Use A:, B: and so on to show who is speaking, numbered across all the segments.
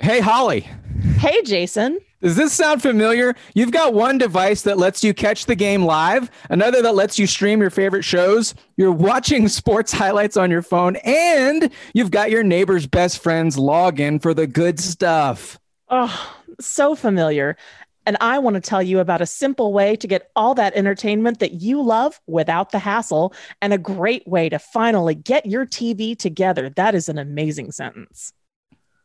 A: Hey, Holly,
B: Hey, Jason.
A: does this sound familiar? You've got one device that lets you catch the game live, another that lets you stream your favorite shows, you're watching sports highlights on your phone, and you've got your neighbor's best friend's login for the good stuff.
B: Oh, so familiar. And I want to tell you about a simple way to get all that entertainment that you love without the hassle, and a great way to finally get your TV together. That is an amazing sentence.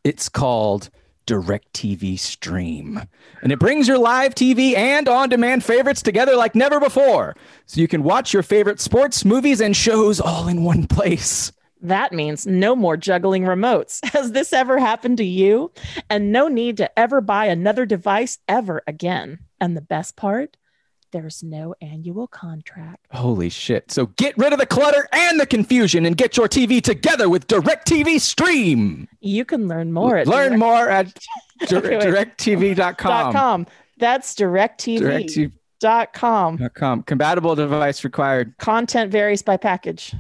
A: It's called DirecTV Stream. And it brings your live TV and on demand favorites together like never before. So you can watch your favorite sports, movies, and shows all in one place.
B: That means no more juggling remotes. Has this ever happened to you? And no need to ever buy another device ever again. And the best part, there's no annual contract.
A: Holy shit. So get rid of the clutter and the confusion and get your TV together with DirecTV Stream.
B: You can learn more at
A: Learn more at dir-
B: Okay, wait.
A: directtv.com.
B: direct.com. That's directtv.com.
A: DirecTV.com. Compatible device required.
B: Content varies by package.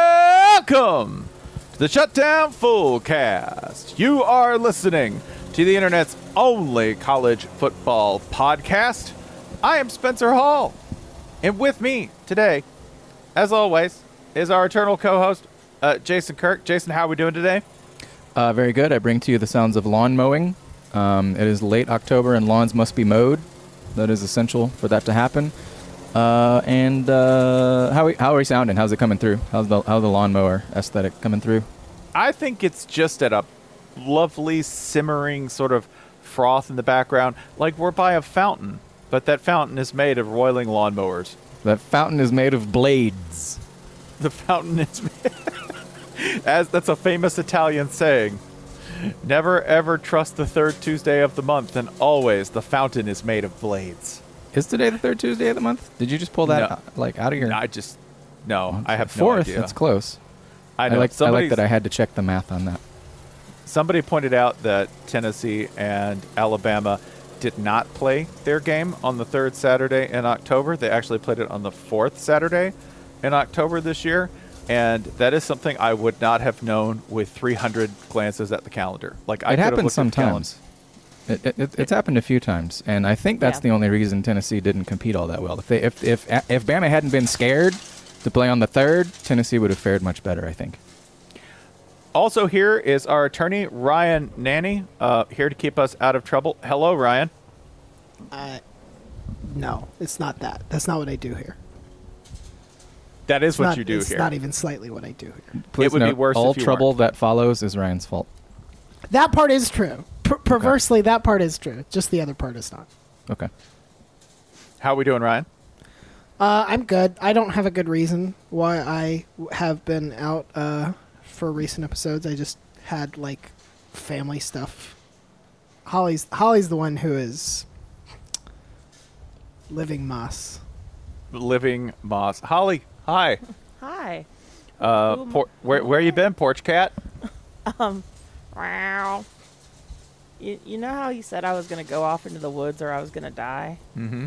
C: Welcome to the Shutdown Fullcast. You are listening to the internet's only college football podcast. I am Spencer Hall, and with me today, as always, is our eternal co-host uh, Jason Kirk. Jason, how are we doing today?
A: Uh, very good. I bring to you the sounds of lawn mowing. Um, it is late October and lawns must be mowed. That is essential for that to happen. Uh, and uh, how, we, how are we sounding? How's it coming through? How's the, how's the lawnmower aesthetic coming through?
C: I think it's just at a lovely simmering sort of froth in the background, like we're by a fountain, but that fountain is made of roiling lawnmowers.
A: That fountain is made of blades.
C: The fountain is as that's a famous Italian saying. Never ever trust the third Tuesday of the month, and always the fountain is made of blades.
A: Is today the third Tuesday of the month? Did you just pull that
C: No.
A: uh, like out of your?
C: I just no, I have
A: fourth.
C: No idea.
A: That's close.
C: I
A: I,
C: know.
A: like, I
C: somebody,
A: like that I had to check the math on that.
C: somebody pointed out that Tennessee and Alabama did not play their game on the third Saturday in October. They actually played it on the fourth Saturday in October this year. And that is something I would not have known with 300 glances at the calendar. Like I
A: it
C: could have
A: happens
C: looked at the calendar.
A: sometimes. It, it, it- it's happened a few times, and I think that's
B: Yeah.
A: the only reason Tennessee didn't compete all that well. If they, if if if Bama hadn't been scared to play on the third, Tennessee would have fared much better. I think.
C: Also, here is our attorney, Ryan Nanny, uh, here to keep us out of trouble. Hello, Ryan.
D: Uh, No, it's not that. That's not what I do here.
C: That is
D: It's
C: what
D: not,
C: you do
D: it's
C: here.
D: not even slightly what I do here.
A: Please
C: would be
A: note,
C: worse
A: All
C: if you
A: trouble that follows is Ryan's fault.
D: That part is true. Per- perversely, that part is true. Just the other part is not.
A: Okay.
C: How we doing, Ryan?
D: Uh, I'm good. I don't have a good reason why I w- have been out uh, for recent episodes. I just had like family stuff. Holly's Holly's the one who is living moss.
C: Living Moss. Holly, hi.
B: Hi.
C: Uh, por- where, where you been, Porch Cat?
B: Wow. You, you know how you said I was going to go off into the woods or I was going to die? Mm-hmm.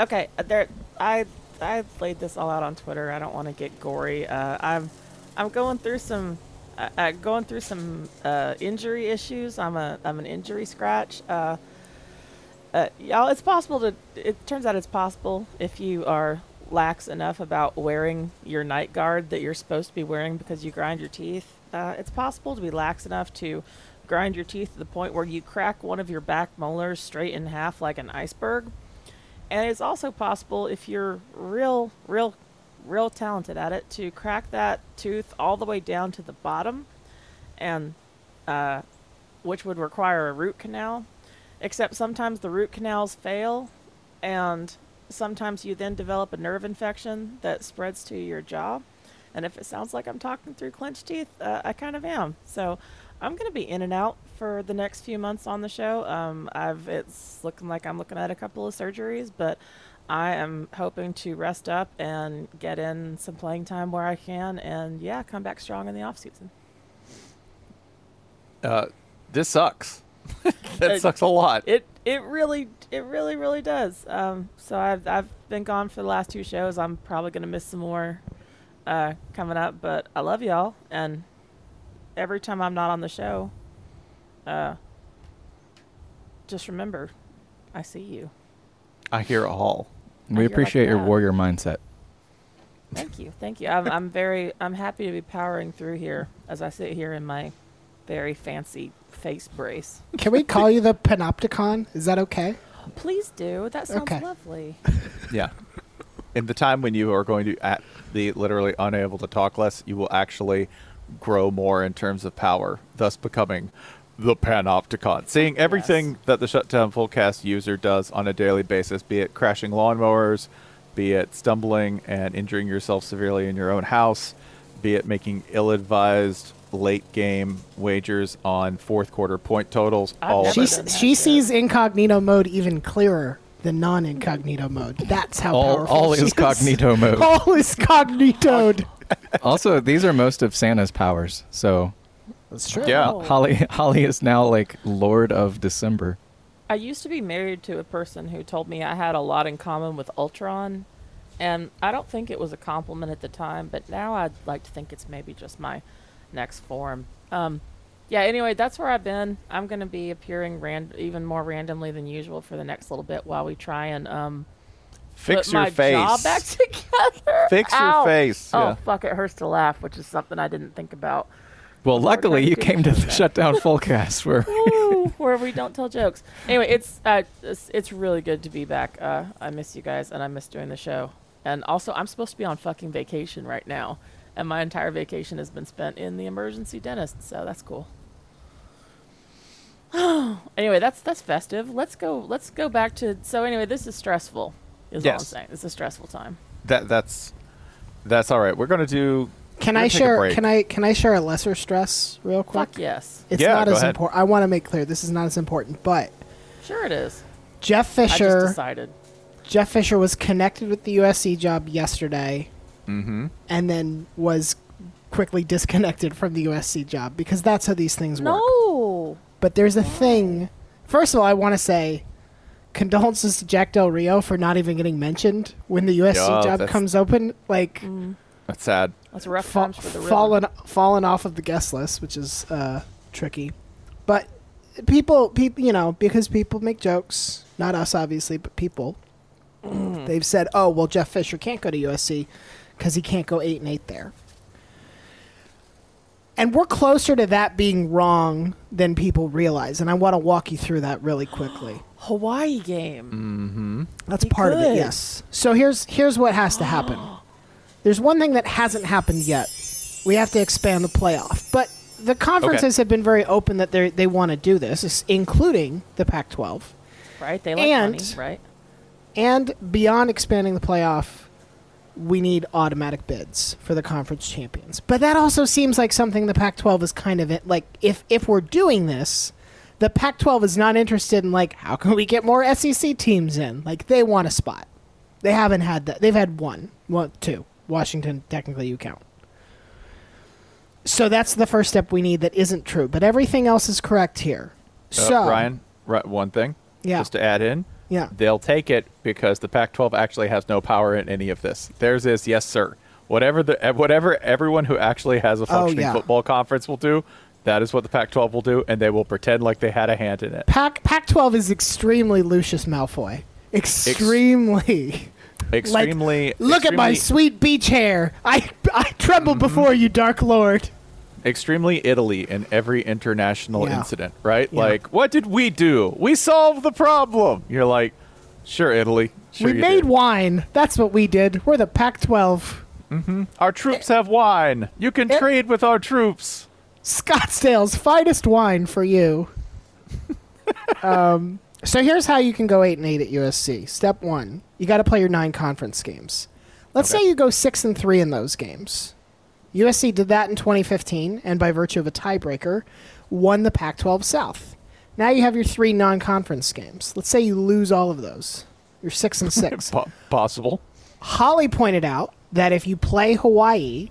B: Okay. uh, There, I I laid this all out on Twitter. I don't want to get gory. Uh, I'm I'm going through some uh, uh, going through some uh, injury issues. I'm a I'm an injury scratch. Uh, uh, y'all, it's possible to. It turns out it's possible if you are lax enough about wearing your night guard that you're supposed to be wearing because you grind your teeth. Uh, it's possible to be lax enough to grind your teeth to the point where you crack one of your back molars straight in half like an iceberg. And it's also possible if you're real, real, real talented at it to crack that tooth all the way down to the bottom, and uh, which would require a root canal. Except sometimes the root canals fail, and sometimes you then develop a nerve infection that spreads to your jaw. And if it sounds like I'm talking through clenched teeth, uh, I kind of am. So I'm going to be in and out for the next few months on the show. Um, I've it's looking like I'm looking at a couple of surgeries, but I am hoping to rest up and get in some playing time where I can, and yeah, come back strong in the off season.
C: Uh, this sucks. that
B: Uh,
C: sucks a lot.
B: It it really it really really does. Um, so I've I've been gone for the last two shows. I'm probably gonna miss some more uh, coming up, but I love y'all. And every time I'm not on the show, uh, just remember, I see you.
C: I hear a hall.
B: I
A: We
B: hear like
A: appreciate your
B: that.
A: warrior mindset.
B: Thank you, thank you. I'm I'm very I'm happy to be powering through here as I sit here in my very fancy face brace.
D: Can we call you the Panopticon? Is that okay?
B: Please do. That sounds
D: Okay.
B: lovely.
C: Yeah. In the time when you are going to at be literally unable to talk less, you will actually grow more in terms of power, thus becoming the panopticon. Seeing everything that the shutdown fullcast user does on a daily basis, be it crashing lawnmowers, be it stumbling and injuring yourself severely in your own house, be it making ill-advised late game wagers on fourth quarter point totals,
B: I've
C: all
B: never
C: of
D: She
C: it.
B: done that
D: s- she
B: yet.
D: sees incognito mode even clearer than non-incognito mode. That's how
A: All,
D: powerful
A: all
D: she
A: is cognito mode.
D: All is cognitoed.
A: also, these are most of Santa's powers. So
D: That's true.
C: Yeah.
B: Oh.
A: Holly, Holly is now like Lord of December.
B: I used to be married to a person who told me I had a lot in common with Ultron, and I don't think it was a compliment at the time, but now I'd like to think it's maybe just my next form. Um, yeah, anyway, that's where I've been. I'm going to be appearing ran- even more randomly than usual for the next little bit while we try and um,
C: Fix
B: put
C: your
B: my jaw
C: face.
B: back together.
C: Fix your
B: Ow.
C: face,
B: Oh,
C: yeah.
B: fuck, it hurts to laugh, which is something I didn't think about.
A: Well,
B: Lord,
A: luckily you
B: thank you.
A: came to the shutdown fullcast where
B: Woo, where we don't tell jokes. Anyway, it's uh, it's, it's really good to be back. Uh, I miss you guys, and I miss doing the show. And also, I'm supposed to be on fucking vacation right now, and my entire vacation has been spent in the emergency dentist. So that's cool. anyway, that's that's festive. Let's go. Let's go back to. So anyway, this is stressful. Is all I'm
C: Yes.
B: saying. It's a stressful time.
C: That that's that's all right. We're gonna do.
D: Can
C: we're
D: I
C: gonna take a
D: share?
C: break.
D: Can I can I share a lesser stress real quick?
B: Fuck yes.
D: It's
C: Yeah,
D: not
C: go
D: as
C: ahead.
D: important. I want to make clear this is not as important. But
B: Sure it is.
D: Jeff
B: I just
D: Fisher,
B: decided.
D: Jeff Fisher was connected with the USC job yesterday,
C: mm-hmm.
D: and then was quickly disconnected from the USC job because that's how these things work.
B: No.
D: But there's a thing. First of all, I want to say condolences to Jack Del Rio for not even getting mentioned when the
C: Yeah,
D: USC job
C: that's-
D: comes open. Like
C: That's sad.
B: That's rough
D: fa-
B: times for the real.
D: fallen fallen off of the guest list, which is uh, tricky. But people, people, you know, because people make jokes. Not us, obviously, but people.
B: Mm.
D: They've said, "Oh, well, Jeff Fisher can't go to USC because he can't go eight and eight there." And we're closer to that being wrong than people realize. And I want to walk you through that really quickly.
B: Hawaii game.
D: That's
B: He
D: part of it,
B: could.
D: yes. So here's here's what has to happen. There's one thing that hasn't happened yet. We have to expand the playoff. But the conferences have been very open that they they want to do this, is- including the Pac-12.
B: Right? They like
D: And-
B: money, right?
D: And beyond expanding the playoff, we need automatic bids for the conference champions. But that also seems like something the Pac-12 is kind of in, like if if we're doing this, the Pac-12 is not interested in like how can we get more SEC teams in? Like they want a spot. They haven't had that. They've had one, well, two. Washington technically you count. So that's the first step we need that isn't true, but everything else is correct here.
C: Uh,
D: so
C: Ryan, ri- one thing.
D: Yeah.
C: Just to add in.
D: Yeah.
C: They'll take it because the Pac-12 actually has no power in any of this. Theirs is yes, sir. Whatever the eh, whatever everyone who actually has a functioning
D: Oh, yeah.
C: football conference will do, that is what the Pac-12 will do, and they will pretend like they had a hand in it.
D: Pac Pac twelve is extremely Lucius Malfoy. Extremely. Like,
C: Extremely.
D: look at my
C: extremely- Mm-hmm.
D: sweet beach hair. I I tremble before you, Dark Lord.
C: extremely Italy in every international
D: Yeah.
C: incident, right?
D: Yeah.
C: Like, what did we do? We solved the problem. You're like, sure, Italy. Sure
D: we
C: you
D: made
C: did.
D: wine. That's what we did. We're the Pac-12.
C: Our troops have wine. You can
D: Eh.
C: trade with our troops.
D: Scottsdale's finest wine for you. um, so here's how you can go eight and eight at USC. Step one, you got to play your nine conference games. Let's say you go six and three in those games. USC did that in 2015, and by virtue of a tiebreaker, won the Pac 12 South. Now you have your three non conference games. Let's say you lose all of those. You're six and six.
C: Po- possible.
D: Holly pointed out that if you play Hawaii,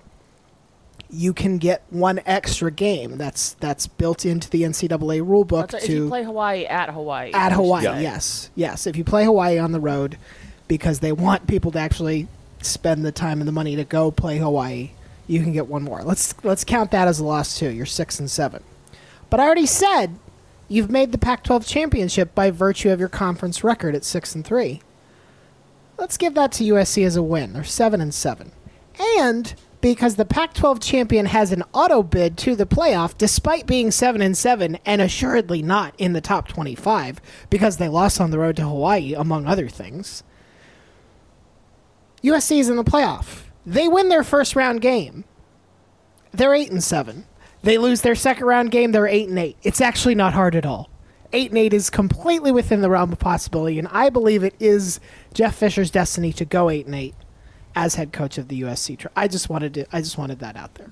D: you can get one extra game. That's that's built into the NCAA rulebook
B: That's right,
D: to
B: if you play Hawaii at Hawaii.
D: at Hawaii.
C: Yeah.
D: Yes, yes. If you play Hawaii on the road, because they want people to actually spend the time and the money to go play Hawaii, you can get one more. Let's let's count that as a loss too. You're six and seven. But I already said you've made the Pac-12 championship by virtue of your conference record at six and three. Let's give that to USC as a win. They're seven and seven, and because the Pac-12 champion has an auto bid to the playoff, despite being seven and seven, and assuredly not in the top twenty-five, because they lost on the road to Hawaii, among other things. USC is in the playoff. They win their first round game. They're eight and seven. They lose their second round game. They're eight and eight. It's actually not hard at all. Eight and eight is completely within the realm of possibility, and I believe it is Jeff Fisher's destiny to go eight and eight as head coach of the USC. Tri- I just wanted to. I just wanted that out there.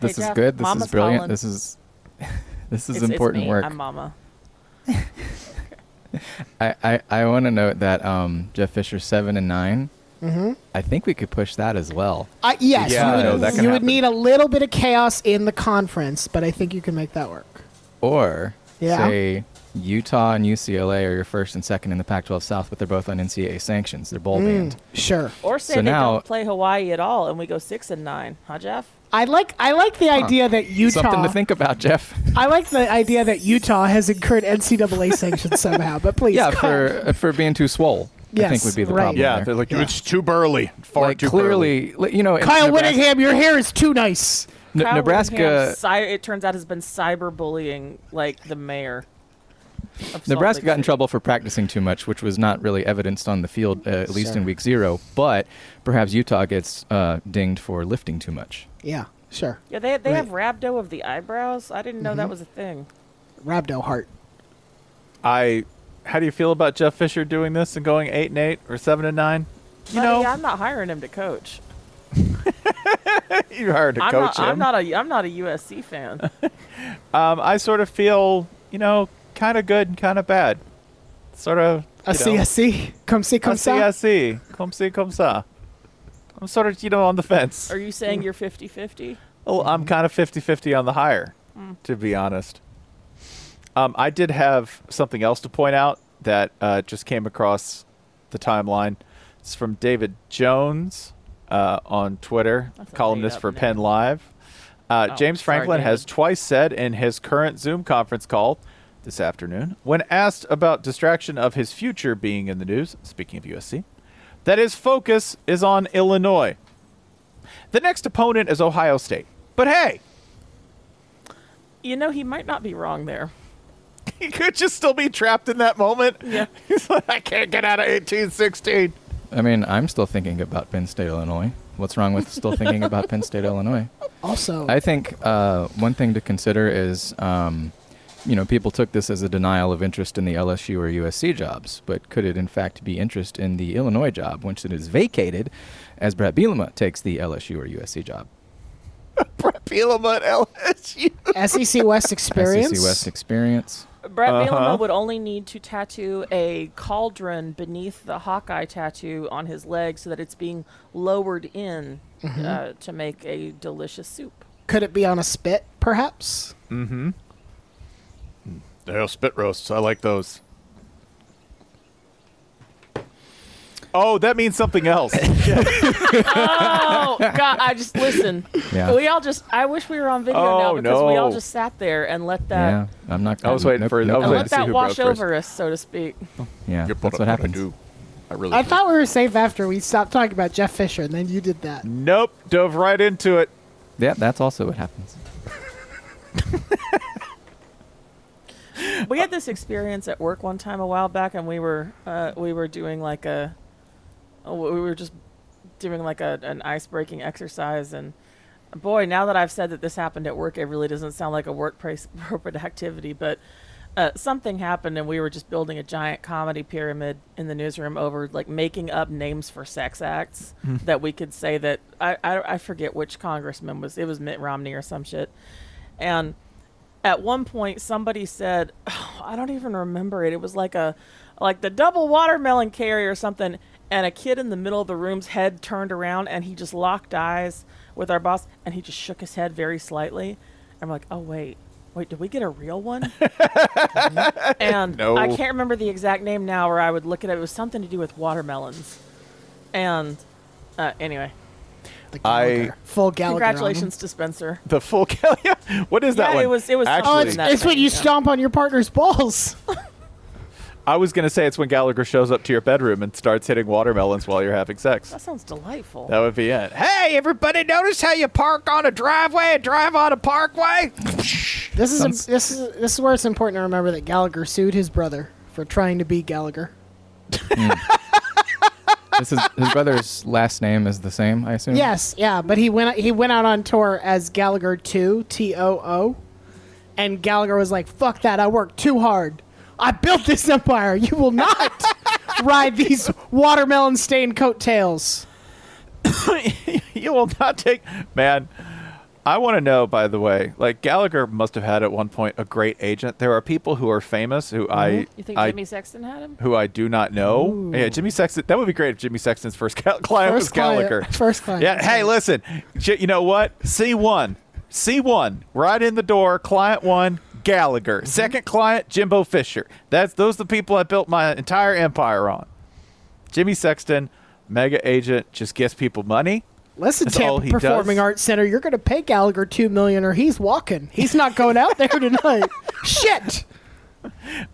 A: This
B: Hey,
A: is
B: Jeff,
A: good. This
B: Mama's
A: is brilliant.
B: calling.
A: This is this is
B: It's- it's
A: important
B: me.
A: work.
B: I'm Mama.
A: I, I, I want to note that um, Jeff Fisher seven and 9
D: Mm-hmm.
A: I think we could push that as well.
D: I yes,
C: Yeah,
D: you,
C: no,
D: would,
C: that can
D: you would
C: happen.
D: need a little bit of chaos in the conference, but I think you can make that work.
A: Or
D: Yeah.
A: say Utah and UCLA are your first and second in the Pac-12 South, but they're both on NCAA sanctions. They're bowl
D: Mm.
A: banned.
D: Sure.
B: Or say
A: So
B: they
A: now-
B: don't play Hawaii at all, and we go six and nine, huh, Jeff?
D: I like. I like the idea that Utah.
A: Something to think about, Jeff.
D: I like the idea that Utah has incurred NCAA sanctions somehow, but please.
A: yeah,
D: go on.
A: for for being too swole. I think
D: Yes,
A: would be the
D: right.
A: problem.
C: Yeah,
A: there.
C: they're like
D: Yeah.
C: it's too burly, far
A: like
C: too
A: clearly, li- you know, in
D: Kyle
A: Nebraska,
D: Whittingham, your hair is too nice.
A: N-
B: Kyle Whittingham,
A: Nebraska,
B: cy- it turns out has been cyberbullying like the mayor. of Salt
A: Nebraska
B: Lake
A: got in
B: City.
A: trouble for practicing too much, which was not really evidenced on the field, uh, at least in week zero. But perhaps Utah gets uh, dinged for lifting too much.
D: Yeah, sure.
B: Yeah, they they
D: Right. Mm-hmm.
B: have rhabdo of the eyebrows. I didn't know that was a thing.
D: Rabdo Hart.
C: burly. I. How do you feel about Jeff Fisher doing this and going eight and eight or seven and nine? You
B: Buddy,
C: know,
B: I'm not hiring him to coach.
C: you hired to
B: I'm
C: coach
B: not. I'm
C: him.
B: not a. I'm not a USC fan.
C: um, I sort of feel, you know, kind of good and kind of bad. Sort of.
D: A
C: you know, Uh,
D: CSC. Come Uh, see, come
C: Comme
D: see.
C: ça, si, comme ci, comme ça. I'm sort of, you know, on the fence.
B: Are you saying you're 50-50?
C: Oh, I'm kind of 50 50 on the higher,
B: Mm.
C: to be honest. Um, I did have something else to point out that uh, just came across the timeline. It's from David Jones uh, on Twitter,
B: That's a
C: columnist
B: made-up
C: for
B: name.
C: Penn Live. Uh,
B: Oh,
C: James
B: sorry,
C: Franklin has
B: David.
C: twice said in his current Zoom conference call this afternoon, when asked about distraction of his future being in the news, speaking of USC, that his focus is on Illinois. The next opponent is Ohio State. But hey,
B: You know he might not be wrong there.
C: he could just still be trapped in that moment.
B: Yeah.
C: He's like, I can't get out of 1816.
A: I mean, I'm still thinking about Penn State, Illinois. What's wrong with still thinking about Penn State, Illinois?
D: Also,
A: I think uh, one thing to consider is, um, you know, people took this as a denial of interest in the LSU or USC jobs, but could it in fact be interest in the Illinois job once it is vacated, as Brett Bielema takes the LSU or USC job?
C: Brett Bielema at LSU.
D: SEC E West experience.
A: SEC West experience.
B: Brett Bielema
C: Uh-huh.
B: would only need to tattoo a cauldron beneath the Hawkeye tattoo on his leg so that it's being lowered in uh, to make a delicious soup.
D: Could it be on a spit, perhaps?
C: They're spit roasts. I like those. Oh, that means something else.
B: Oh God! I just listen.
A: Yeah.
B: We all just. I wish we were on video now
C: Oh,
B: because we all
C: no.
B: just sat there and let
A: yeah,
B: that
A: I'm not.
C: I was waiting for- I was
B: and
C: waiting
B: let
C: to see
B: that
C: who
B: wash
C: broke first.
B: over us, so to speak.
A: Yeah, that's what happens.
C: I really
D: I thought we were safe after we stopped talking about Jeff Fisher, and then you did that.
C: Nope, dove right into it.
A: Yeah, that's also what happens.
B: we had this experience at work one time a while back, and we were uh, we were doing like a oh, we were just doing like a, an ice breaking exercise, and boy, now that I've said that this happened at work, it really doesn't sound like a workplace appropriate activity, but. uh, something happened and we were just building a giant comedy pyramid in the newsroom over like making up names for sex acts that we could say that I, I I forget which congressman was it was Mitt Romney or some shit, and at one point somebody said i don't even remember it it was like a like the double watermelon carry or something and a kid in the middle of the room's head turned around and he just locked eyes with our boss and he just shook his head very slightly i'm like oh wait wait did we get a real one and
C: No.
B: i can't remember the exact name now or i would look at it it was something to do with watermelons and uh, anyway
D: The
C: I-
D: Gallagher. full Gallagher. on 'em.
B: congratulations to spencer
C: The full Kalia? What is that
B: Yeah,
C: one?
B: it was- it was
D: Oh,
C: Actually,
D: it's,
B: something that-
D: it's when you
B: Yeah.
D: stomp on your partner's balls.
C: I was going to say it's when Gallagher shows up to your bedroom and starts hitting watermelons while you're having sex.
B: that sounds delightful
C: That would be it. Hey, everybody, notice how you park on a driveway and drive on a parkway?
D: This is
A: Sounds-
D: this is this is where it's important to remember that Gallagher sued his brother for trying to be Gallagher.
A: This is his brother's last name is the same, I assume.
D: Yes, yeah, but he went he went out on tour as Gallagher two T O O, and Gallagher was like, "Fuck that! I worked too hard. I built this empire. You will not ride these watermelon stained coattails."
C: you will not take. Man, I want to know, by the way, like Gallagher must have had at one point a great agent. There are people who are famous who I.
B: you think
C: I-
B: jimmy sexton had him
C: who I do not know. Yeah, Jimmy Sexton. That would be great if Jimmy Sexton's first cal- client was
D: First client-
C: Gallagher.
D: first client.
C: Yeah. Hey, listen. J- You know what? C one, C one, right in the door. Client one,
D: Mm-hmm.
C: Gallagher. Second client, Jimbo Fisher. That's those are the people I built my entire empire on. Jimmy Sexton, mega agent, just gets people money.
D: Listen,
C: That's all
D: Tampa
C: he
D: Performing
C: does?
D: Arts Center, you're going to pay Gallagher two million, or he's walking. He's not going out there tonight. Shit.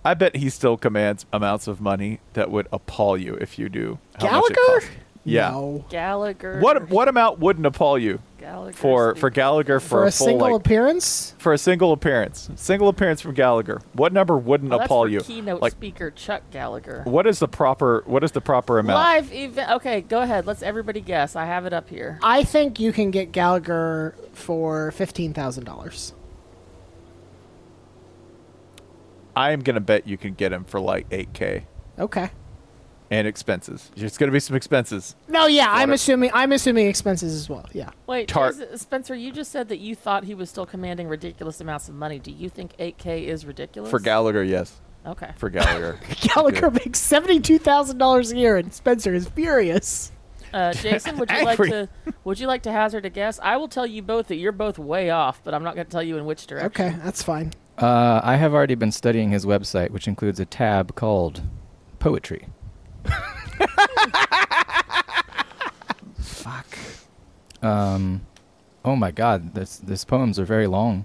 C: I bet he still commands amounts of money that would appall you if you knew how much it
D: Gallagher?
C: cost. Yeah.
D: No.
B: Gallagher.
C: What what amount wouldn't appall you
B: Gallagher
C: for for
B: speak-
C: Gallagher for,
D: For, a
C: full,
D: single
C: like,
D: appearance,
C: for a single appearance. Single appearance from Gallagher. What number wouldn't
B: Well, Oh, that's
C: appall
B: for
C: you?
B: Keynote
C: like
B: speaker Chuck Gallagher.
C: what is the proper what is the proper amount?
B: Live event. Okay, go ahead. Let's everybody guess. I have it up here.
D: I think you can get Gallagher for fifteen thousand dollars.
C: I am gonna bet you can get him for like eight K
D: Okay.
C: and expenses. There's gonna be some expenses.
D: No, yeah, I'm
C: Water-
D: assuming I'm assuming expenses as well. Yeah.
B: Wait,
C: Tar-
B: is it- Spencer, you just said that you thought he was still commanding ridiculous amounts of money. Do you think 8K is ridiculous?
C: For Gallagher, yes.
B: Okay.
C: For Gallagher.
D: Gallagher makes seventy two thousand dollars a year and Spencer is furious.
B: Uh, Jason, would you like
C: Angry.
B: to would you like to hazard a guess? I will tell you both that you're both way off, but I'm not going to tell you in which direction.
D: Okay, that's fine.
A: Uh, I have already been studying his website, which includes a tab called poetry. Fuck. Um, oh my God, this these poems are very long,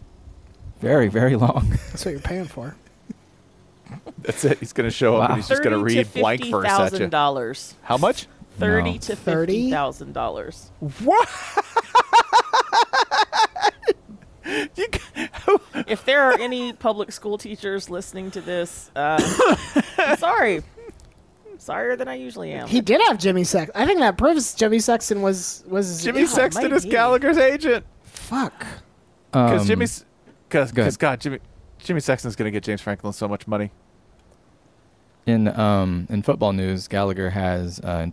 A: very very long.
D: That's what you're paying for.
C: That's it. He's gonna show up
A: Wow.
C: and he's just gonna
B: Thirty to
C: read blank
B: fifty
C: verse at
B: thousand
C: you.
B: dollars.
C: How much?
B: Thirty
A: No.
B: to
D: Thirty?
B: fifty thousand dollars.
C: What? you, g-
B: if there are any public school teachers listening to this, uh, I'm sorry. Sorrier than I usually am.
D: He did have Jimmy Sex. I think that proves Jimmy Sexton was was
C: Jimmy
D: yeah,
C: Sexton is
B: might be.
C: Gallagher's agent.
D: Fuck.
C: Because
A: Um,
C: Jimmy's, because
A: go ahead.
C: God, Jimmy, Jimmy Sexton's gonna get James Franklin so much money.
A: in um, in football news, Gallagher has uh,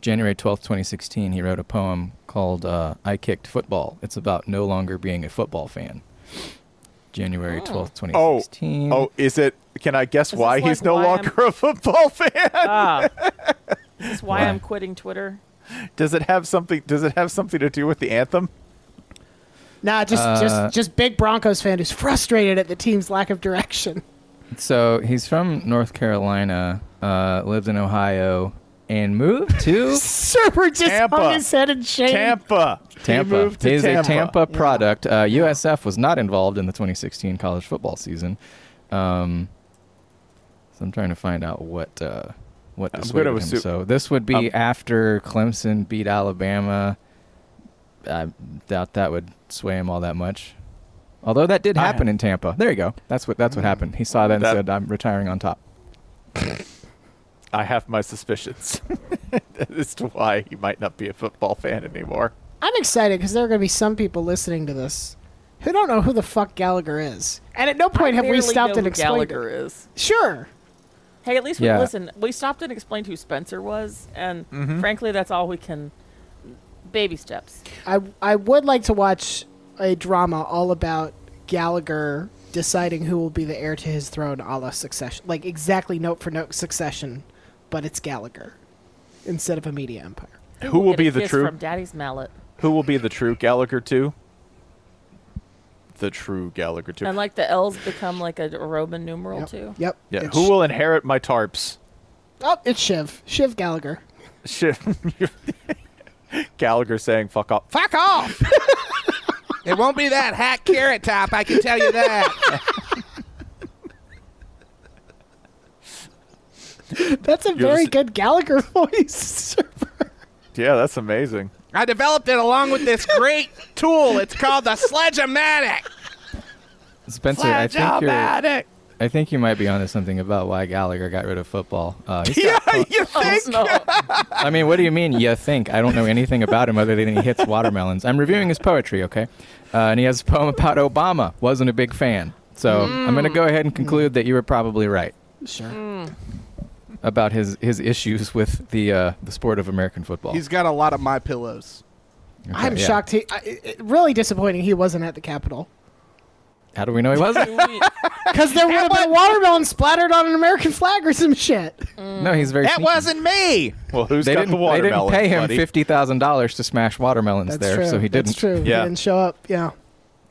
A: January twelfth, twenty sixteen. He wrote a poem called uh, "I Kicked Football." It's about no longer being a football fan. January twelfth, twenty sixteen.
C: Oh, is it? Can I guess
B: Is
C: why
B: this
C: he's
B: like
C: no
B: why
C: longer a football fan?
B: Ah, is this why
A: Why?
B: I'm quitting Twitter?
C: Does it have something? Does it have something to do with the anthem?
D: Nah, just
A: Uh,
D: just just big Broncos fan who's frustrated at the team's lack of direction.
A: So he's from North Carolina, uh, lived in Ohio, and moved to
D: Server just
C: Tampa.
D: hung his head in shame.
C: Tampa. He
A: Tampa.
C: moved to
A: He is a
C: Tampa.
A: Tampa product. Uh, USF was not involved in the 2016 college football season. Um, so I'm trying to find out what uh, what
C: I'm
A: dissuaded
C: gonna
A: him.
C: assume-
A: so this would be
C: Um,
A: after Clemson beat Alabama. I doubt that would sway him all that much. Although that did
C: I- Mm-hmm.
A: happen in Tampa. There you go. That's what that's what happened. He saw that and
C: That-
A: said, "I'm retiring on top."
C: I have my suspicions as to why he might not be a football fan anymore.
D: I'm excited because there are going to be some people listening to this who don't know who the fuck Gallagher is. And at no point have we
B: barely
D: stopped
B: know
D: and
B: who
D: explained.
B: Gallagher
D: it.
B: is.
D: Sure.
B: Hey, at least we
A: Yeah.
B: listen. We stopped and explained who Spencer was, and frankly, that's all we can. Baby steps.
D: I I would like to watch a drama all about Gallagher deciding who will be the heir to his throne, a la Succession, like exactly note for note Succession, but it's Gallagher instead of a media empire.
C: Who will
B: Get a
C: be the
B: kiss
C: true?
B: from Daddy's mallet?
C: Who will be the true Gallagher two? The true Gallagher two.
B: And like the L's become like a Roman numeral
D: Yep.
B: too.
D: Yep.
C: yeah.
D: It's
C: Who will inherit my tarps?
D: Oh, it's Shiv. Shiv Gallagher.
C: Shit. Gallagher saying "fuck off." Fuck off.
E: It won't be that hot carrot top, I can tell you that.
D: That's a very
C: just-
D: good Gallagher voice.
C: Yeah, that's amazing.
E: I developed it along with this great tool. It's called the Sledge-O-Matic.
A: Spencer, I think you're. I think you might be onto something about why Gallagher got rid of football. Uh, he's got-
E: you
B: Oh,
E: think?
B: no.
A: I mean, what do you mean? You think? I don't know anything about him other than he hits watermelons. I'm reviewing his poetry, okay? Uh, and he has a poem about Obama. Wasn't a big fan. So I'm going to go ahead and conclude that you were probably right
D: sure.
A: about his, his issues with the uh, the sport of American football.
E: He's got a lot of my pillows.
A: Okay,
D: I'm
A: yeah.
D: shocked. He I, it- it- really disappointing. He wasn't at the Capitol
A: How do we know he wasn't?
D: because there would have been watermelon splattered on an American flag or some shit.
A: no, he's very.
E: That
A: sneaky.
E: wasn't me.
C: Well, who's
A: They
C: got
A: didn't,
C: the
A: they didn't
C: watermelon?
A: pay him
C: buddy?
A: fifty thousand dollars to smash watermelons
D: That's
A: there,
D: true.
A: so he didn't.
D: That's true.
C: Yeah.
D: He didn't show up. Yeah.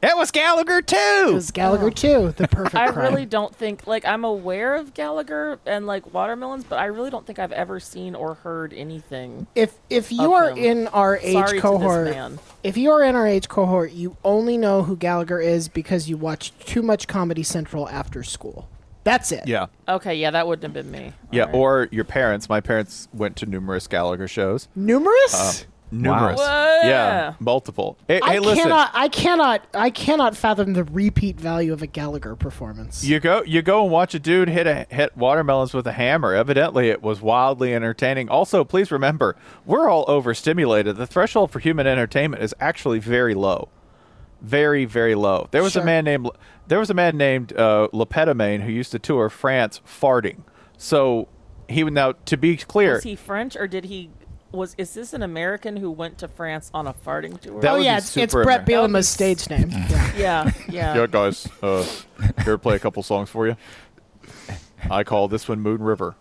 E: It was Gallagher too.
D: It was Gallagher too. The perfect.
B: I
D: crime.
B: really don't think like I'm aware of Gallagher and like watermelons, but I really don't think I've ever seen or heard anything.
D: if if you
B: of
D: are
B: them.
D: in our age
B: Sorry to this
D: cohort,
B: man.
D: if you are in our age cohort, you only know who Gallagher is because you watched too much Comedy Central after school. That's it.
C: Yeah.
B: Okay, yeah, that wouldn't have been me.
C: Yeah,
B: Alright.
C: or your parents. My parents went to numerous Gallagher shows.
D: Numerous.
C: Numerous.
B: Whoa.
C: Yeah, multiple. Hey,
D: I
C: Uh, hey, listen.
D: cannot. I cannot. I cannot fathom the repeat value of a Gallagher performance.
C: You go, you go and watch a dude hit a, hit watermelons with a hammer. Evidently, it was wildly entertaining. Also, please remember, we're all overstimulated. The threshold for human entertainment is actually very low, very very low. There was
D: Sure.
C: a man named there was a man named uh, Lepetamine who used to tour France farting. So he would now to be clear,
B: Is he French or did he was is this an American who went to France on a farting tour?
C: That
D: oh
C: would
D: yeah,
C: be
D: it's, it's
C: super Mm.
D: Brett
B: American.
D: Bielema's stage name. Yeah.
B: yeah, yeah.
C: yeah, guys, uh, here play a couple songs for you. I call this one Moon River.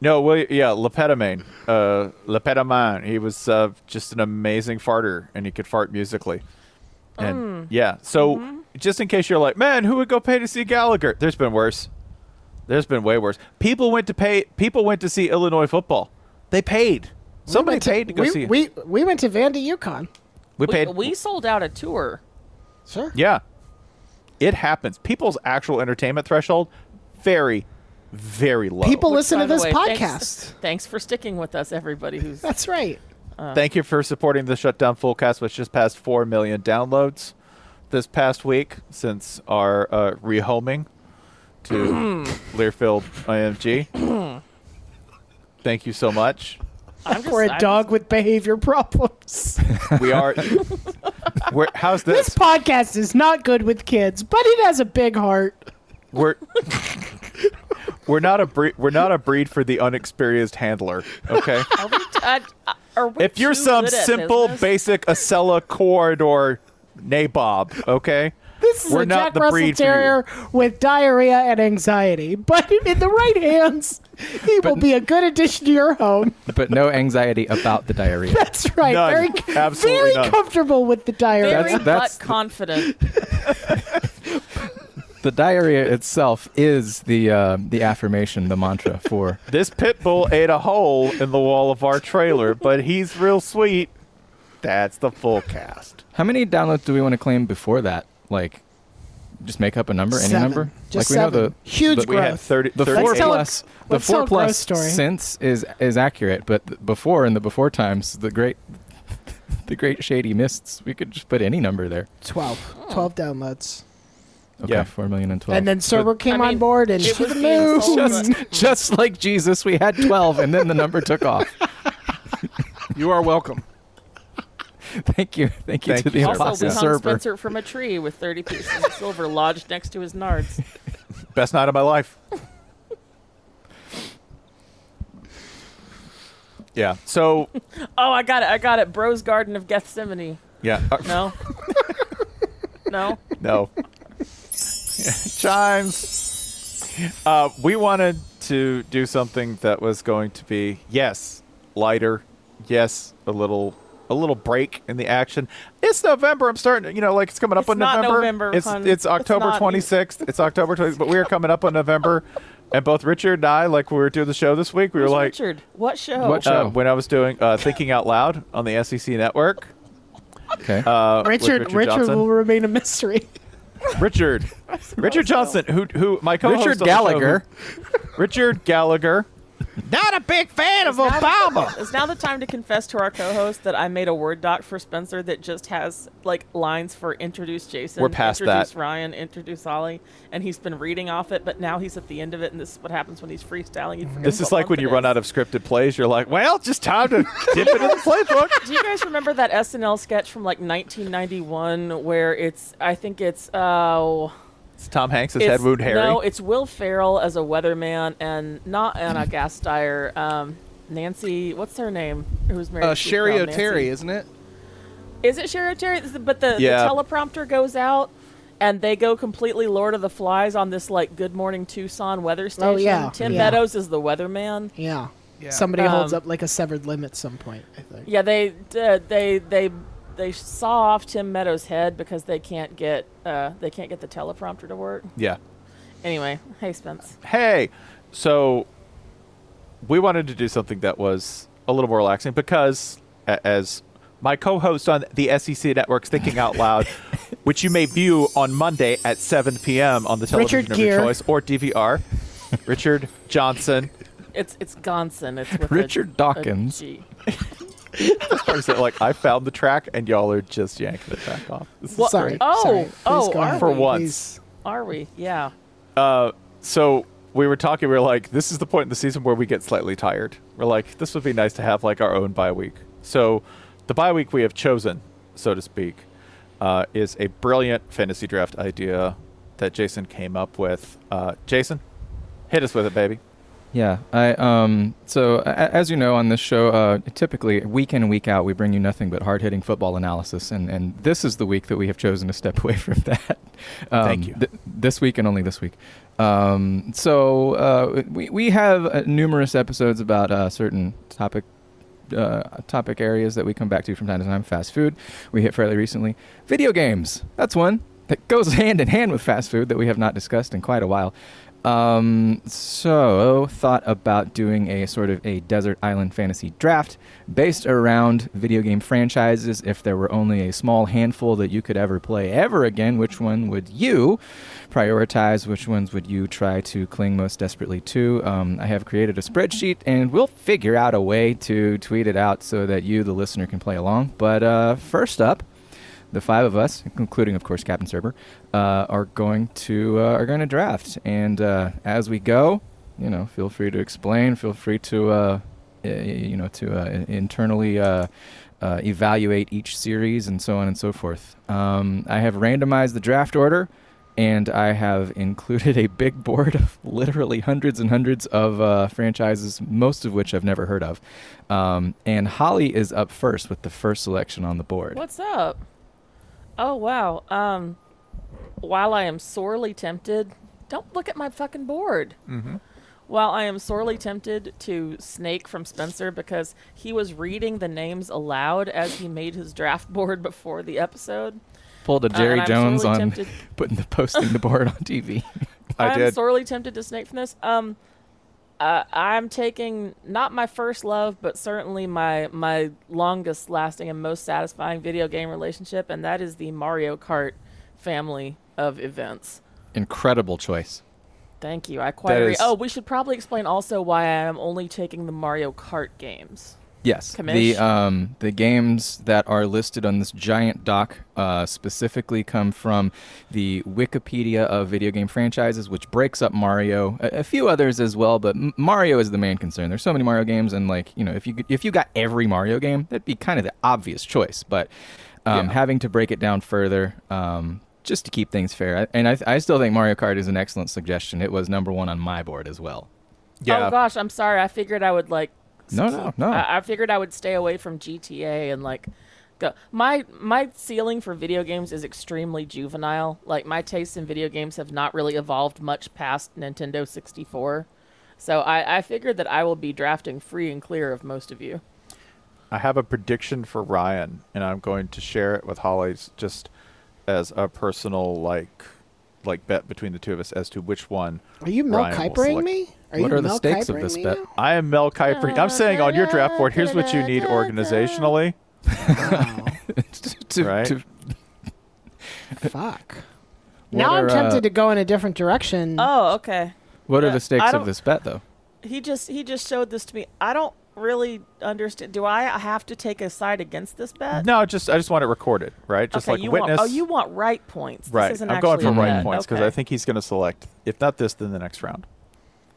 C: No, well, yeah, Lepetamine. Uh, Lepetamine. He was uh, just an amazing farter, and he could fart musically. And yeah, so just in case you're like, man, who would go pay to see Gallagher? There's been worse. There's been way worse. People went to pay. People went to see Illinois football. They paid. Somebody
D: We went to-
C: paid to go
D: we,
C: see.
D: We we went to Vanda Yukon.
C: we
B: we,
C: paid.
B: we sold out a tour.
D: Sure.
C: Yeah. It happens. People's actual entertainment threshold, very, very low.
D: People
B: Which,
D: listen
B: by
D: to
B: the
D: this
B: way,
D: podcast.
B: thanks- Thanks, for sticking with us, everybody who's
D: That's right.
C: Thank you for supporting the Shutdown Fullcast, which just passed 4 million downloads this past week since our uh, rehoming to Learfield IMG. Thank you so much.
B: I'm just,
D: We're a
B: I'm-
D: dog with behavior problems.
C: We are. we're, how's
D: this
C: this?
D: podcast is not good with kids, but it has a big heart.
C: We're. We're not a breed. We're not a breed for the unexperienced handler. Okay.
B: Are we, uh, are we
C: if you're
B: too
C: some
B: good at
C: simple,
B: business?
C: basic Acela corridor nabob, okay?
D: This is
C: We're
D: a
C: not
D: Jack
C: the
D: Russell
C: breed for
D: Terrier with diarrhea and anxiety, but in the right hands, he will be a good addition to your home.
A: But no anxiety about the diarrhea.
D: That's right.
C: None.
D: Very,
C: Absolutely
D: very
C: none.
D: comfortable with the diarrhea.
B: very
A: That's- that's-
B: butt confident.
A: The diarrhea itself is the uh, the affirmation, the mantra for.
C: This pit bull ate a hole in the wall of our trailer, but he's real sweet. That's the full cast.
A: How many downloads do we want to claim before that? Like, just make up a number, any
D: Seven.
A: number.
D: Just
A: like we know
D: seven.
A: the
D: Huge
A: the-
C: We had
D: Growth.
C: 30,
A: The
C: 38
A: four
D: Let's tell a-
A: plus, the
D: let's tell
A: four
D: a growth
A: plus
D: story.
A: since is is accurate, but th- before in the before times, the great, the great shady mists. We could just put any number there.
D: 12. 12 downloads.
A: Okay,
C: Yeah.
A: four million and twelve.
D: and then Cerber came
B: I
D: on
B: mean,
D: board and
B: it
D: to
B: was
D: the
B: being
D: moon.
B: sold
A: just just like Jesus, we had twelve, and then the number took off.
E: You are welcome.
A: thank you, thank you
C: Thank
A: to the
C: you, sir.
B: Also,
A: apostle
B: we hung
A: server.
B: Spencer from a tree with 30 pieces of silver lodged next to his nards.
C: Best night of my life. yeah. So
B: Oh, I got it. I got it. Bro's Garden of Gethsemane.
C: yeah. Uh,
B: No. no.
C: No. Chimes. Uh, we wanted to do something that was going to be yes, lighter, yes, a little, a little break in the action. It's November. I'm starting. to- You know, like it's coming up
B: It's
C: on
B: not
C: November.
B: November,
C: it's
B: hun.
C: it's
B: It's
C: October
B: not.
C: 26th. It's October 26th. But we are coming up on November, and both Richard and I, like we were doing the show this week, we were
B: Who's
C: like,
B: Richard, what show?
A: What
C: uh,
A: show?
C: when I was doing uh, thinking out loud on the SEC network.
A: Okay.
C: Uh, with
D: Richard,
C: Richard,
D: Richard,
C: Johnson.
D: will remain a mystery.
C: Richard. Richard Johnson, who who my co-host
A: Richard
C: on the show,
A: Gallagher.
C: who- Richard Gallagher.
E: Not a big fan of Obama.
B: It's now the time to confess to our co-host that I made a word doc for Spencer that just has like lines for introduce Jason,
C: We're past
B: introduce
C: that.
B: Ryan, introduce Ollie, and he's been reading off it, but now he's at the end of it, and this is what happens when he's freestyling. He
C: This is like when you run out of scripted plays, you're like, well, just time to dip into the playbook.
B: Do you guys remember that SNL sketch from like 1991 where it's I think it's uh
C: It's Tom Hanks'
B: it's,
C: head wound Harry.
B: No, it's Will Ferrell as a weatherman and not
C: Mm-hmm.
B: Anna Gasteyer. Um, Nancy, what's her name? Who's married?
E: Uh,
B: to Steve
E: Sherry
B: Brown, Nancy.
E: O'Terry, isn't it?
B: Is it Sherry O'Terry? Is it- But the,
C: Yeah.
B: the teleprompter goes out, and they go completely Lord of the Flies on this like Good Morning Tucson weather station.
D: Oh, yeah.
B: Tim
D: Yeah.
B: Meadows is the weatherman.
D: Yeah.
E: Yeah.
D: Somebody holds
B: Um,
D: up like a severed limb at some point. I think.
B: Yeah, they uh, they they they saw off Tim Meadows' head because they can't get uh, they can't get the teleprompter to work.
C: yeah.
B: Anyway, hey Spence.
C: Hey, so we wanted to do something that was a little more relaxing because, a- as my co-host on the SEC Network's Thinking Out Loud, which you may view on Monday at 7 p.m. on the television
D: Richard
C: of your
D: Gere.
C: choice or DVR, Richard Johnson.
B: It's it's Gonson. It's with a-
A: Richard Dawkins.
B: A G.
C: Or is it like I found the track and y'all are just yanking the track off? This is
B: What-
D: Sorry.
B: Oh,
D: sorry.
B: oh,
D: Please go
B: are
D: ahead.
C: for
D: Please.
C: once.
B: Are we? Yeah.
C: So we were talking. We were like, this is the point in the season where we get slightly tired. We're like, this would be nice to have like our own bye week. So the bye week we have chosen, so to speak, uh, is a brilliant fantasy draft idea that Jason came up with. Uh, Jason, hit us with it, baby.
A: Yeah, I um. So a- a- as you know, on this show, uh, typically week in week out, we bring you nothing but hard hitting football analysis, and and this is the week that we have chosen to step away from that. Um,
C: Thank you.
A: th- this week and only this week. Um, so uh, we we have uh, numerous episodes about uh, certain topic uh, topic areas that we come back to from time to time. Fast food, we hit fairly recently. Video games, that's one that goes hand in hand with fast food that we have not discussed in quite a while. Um, so, thought about doing a sort of a desert island fantasy draft based around video game franchises. If there were only a small handful that you could ever play ever again, which one would you prioritize? Which ones would you try to cling most desperately to? Um, I have created a spreadsheet and we'll figure out a way to tweet it out so that you, the listener, can play along. But uh, first up, the five of us, including of course Captain Serber, uh, are going to uh, are going to draft. And uh, as we go, you know, feel free to explain. Feel free to uh, y- y- you know to uh, in- internally uh, uh, evaluate each series and so on and so forth. Um, I have randomized the draft order. And I have included a big board of literally hundreds and hundreds of uh, franchises, most of which I've never heard of. Um, and Holly is up first with the first selection on the board.
B: What's up? Oh wow. Um, while I am sorely tempted, don't look at my fucking board. Mm-hmm. While I am sorely tempted to snake from Spencer because he was reading the names aloud as he made his draft board before the episode.
A: pulled a
B: Uh,
A: Jerry
B: and I'm
A: Jones
B: sorely
A: on
B: tempted-
A: putting the posting the board on TV.
C: I
B: am
C: did.
B: sorely tempted to snake from this. Um, uh, I'm taking not my first love, but certainly my my longest lasting and most satisfying video game relationship, and that is the Mario Kart family of events.
A: Incredible choice.
B: Thank you. I quite
C: That
B: agree.
C: is-
B: Oh, we should probably explain also why I am only taking the Mario Kart games.
A: Yes,
B: Commish?
A: the um, the games that are listed on this giant doc uh, specifically come from the Wikipedia of video game franchises, which breaks up Mario, a, a few others as well, but M- Mario is the main concern. There's so many Mario games, and like you know, if you could- if you got every Mario game, that'd be kind of the obvious choice. But um,
C: Yeah.
A: having to break it down further. Um, just to keep things fair, I- and I, I still think Mario Kart is an excellent suggestion. It was number one on my board as well.
C: Yeah.
B: Oh gosh, I'm sorry. I figured I would like.
A: No,
B: ski-
A: no, no.
B: I, I figured I would stay away from GTA and like go. My my ceiling for video games is extremely juvenile. Like my tastes in video games have not really evolved much past Nintendo 64. So I, I figured that I will be drafting free and clear of most of you.
C: I have a prediction for Ryan, and I'm going to share it with Holly s- just as a personal like like bet between the two of us as to which one.
D: Are you Mel
C: Ryan will
D: Kipering
C: select.
D: me? Are
A: What
D: you
A: are the
D: Mel
A: stakes of
D: Kipering
A: this
D: me
A: bet?
D: now?
C: I am Mel Kiper. I'm saying on your draft board, here's what you need organizationally.
A: To-
C: Right.
A: to-
D: Fuck.
A: What
D: now I'm
A: are, uh,
D: tempted to go in a different direction.
B: Oh, okay.
A: what are
B: Uh,
A: the stakes
B: I
A: of
B: don't-
A: this bet, though?
B: He just he just showed this to me. I don't really understand. Do I have to take a side against this bet?
C: No, just I just want it recorded, right? Just
B: okay,
C: like
B: you
C: witness.
B: want oh you want right points.
C: right.
B: This isn't
C: I'm going for
B: actually a
C: right
B: bet.
C: points because
B: Okay.
C: I think he's going to select if not this, then the next round.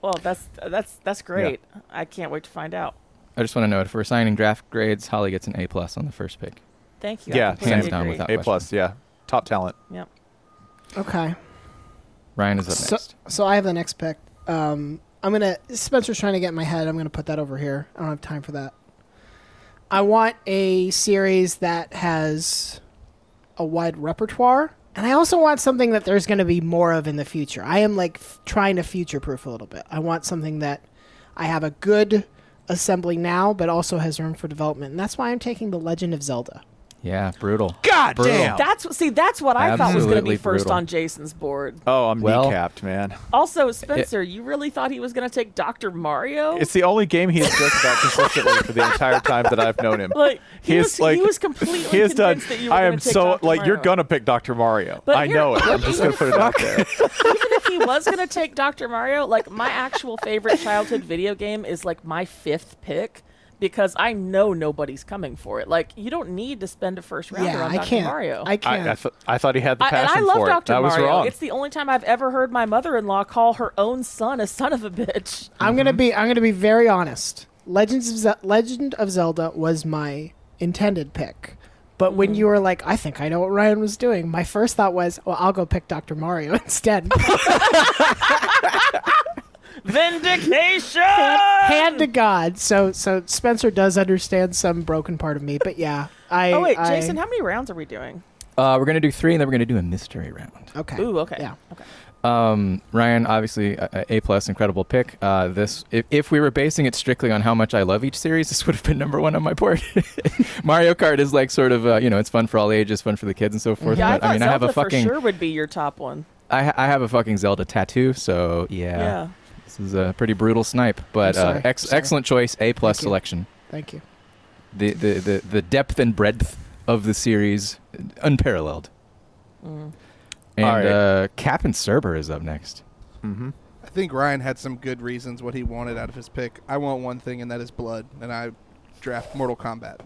B: Well, that's that's that's great. I can't wait to find out.
A: I just want to know if we're assigning draft grades, Holly gets an A plus on the first pick.
B: Thank you. I
C: Yeah,
B: completely
A: hands down
B: agree.
A: without-
C: A plus, yeah, top talent.
B: Yep.
D: Okay.
A: Ryan is up
D: So,
A: next.
D: so I have the next pick. Um, I'm gonna. Spencer's trying to get in my head. I'm gonna put that over here. I don't have time for that. I want a series that has a wide repertoire, and I also want something that there's going to be more of in the future. I am like f- trying to future proof a little bit. I want something that I have a good assembly now, but also has room for development, and that's why I'm taking The Legend of Zelda.
A: Yeah, brutal.
E: God
A: Brutal.
E: damn.
B: That's see. That's what I thought was going to
A: Absolutely
B: be first
A: brutal.
B: on Jason's board.
C: Oh, I'm
A: Well-
C: kneecapped, man.
B: Also, Spencer, you really thought he was going to take Doctor Mario?
C: It's the only game he's joked about consistently for the entire time that I've known him.
B: like he,
C: He's
B: was, he was completely
C: he has done.
B: convinced that you were
C: I
B: gonna
C: am
B: take
C: so
B: Dr.
C: like you're
B: Mario.
C: gonna pick Dr. Mario.
B: But
C: I
B: here-
C: know it. I'm just gonna put it out there.
B: Even if he was going to take Dr. Mario, like my actual favorite childhood video game is like my fifth pick because I know nobody's coming for it. Like you don't need to spend a first rounder
D: yeah,
B: on
D: I
B: Dr.
D: can't.
B: Mario.
D: I
C: I, I,
D: can't.
C: th- I thought he had the
B: I, and
C: passion
B: I love
C: for
B: Dr.
C: it. I was
B: Mario.
C: wrong.
B: It's the only time I've ever heard my mother-in-law call her own son a son of a bitch.
D: I'm gonna be I'm gonna be very honest. Legends of Ze- Legend of Zelda was my intended pick, but when
B: Mm.
D: you were like, I think I know what Ryan was doing, my first thought was, well, I'll go pick Dr. Mario instead.
B: Vindication.
D: Hand to God. So so Spencer does understand some broken part of me, but yeah, I.
B: Oh wait,
D: I-
B: Jason, how many rounds are we doing?
A: Uh, we're gonna do three, and then we're gonna do a mystery round.
D: okay.
B: Ooh, okay.
D: Yeah.
B: Okay.
A: Um, Ryan, obviously a- a A plus, incredible pick. Uh, this, if, if we were basing it strictly on how much I love each series, this would have been number one on my board. Mario Kart is like sort of, uh, you know, it's fun for all ages, fun for the kids and so forth.
B: Yeah, I
A: but
B: thought
A: mean,
B: Zelda
A: I have a fucking,
B: for sure would be your top one.
A: I, ha- I have a fucking Zelda tattoo, so yeah,
B: Yeah.
A: this is a pretty brutal snipe. But
D: I'm
A: uh,
D: sorry.
A: ex-
D: Sorry.
A: excellent choice, A plus
D: Thank you.
A: selection.
D: Thank you.
A: the, the, the, the depth and breadth of the series uh, unparalleled.
B: Mm.
A: And
C: All right.
A: uh, Captain Cerber is up next.
C: Mhm.
F: I think Ryan had some good reasons what he wanted out of his pick. I want one thing, and that is blood, and I draft Mortal Kombat.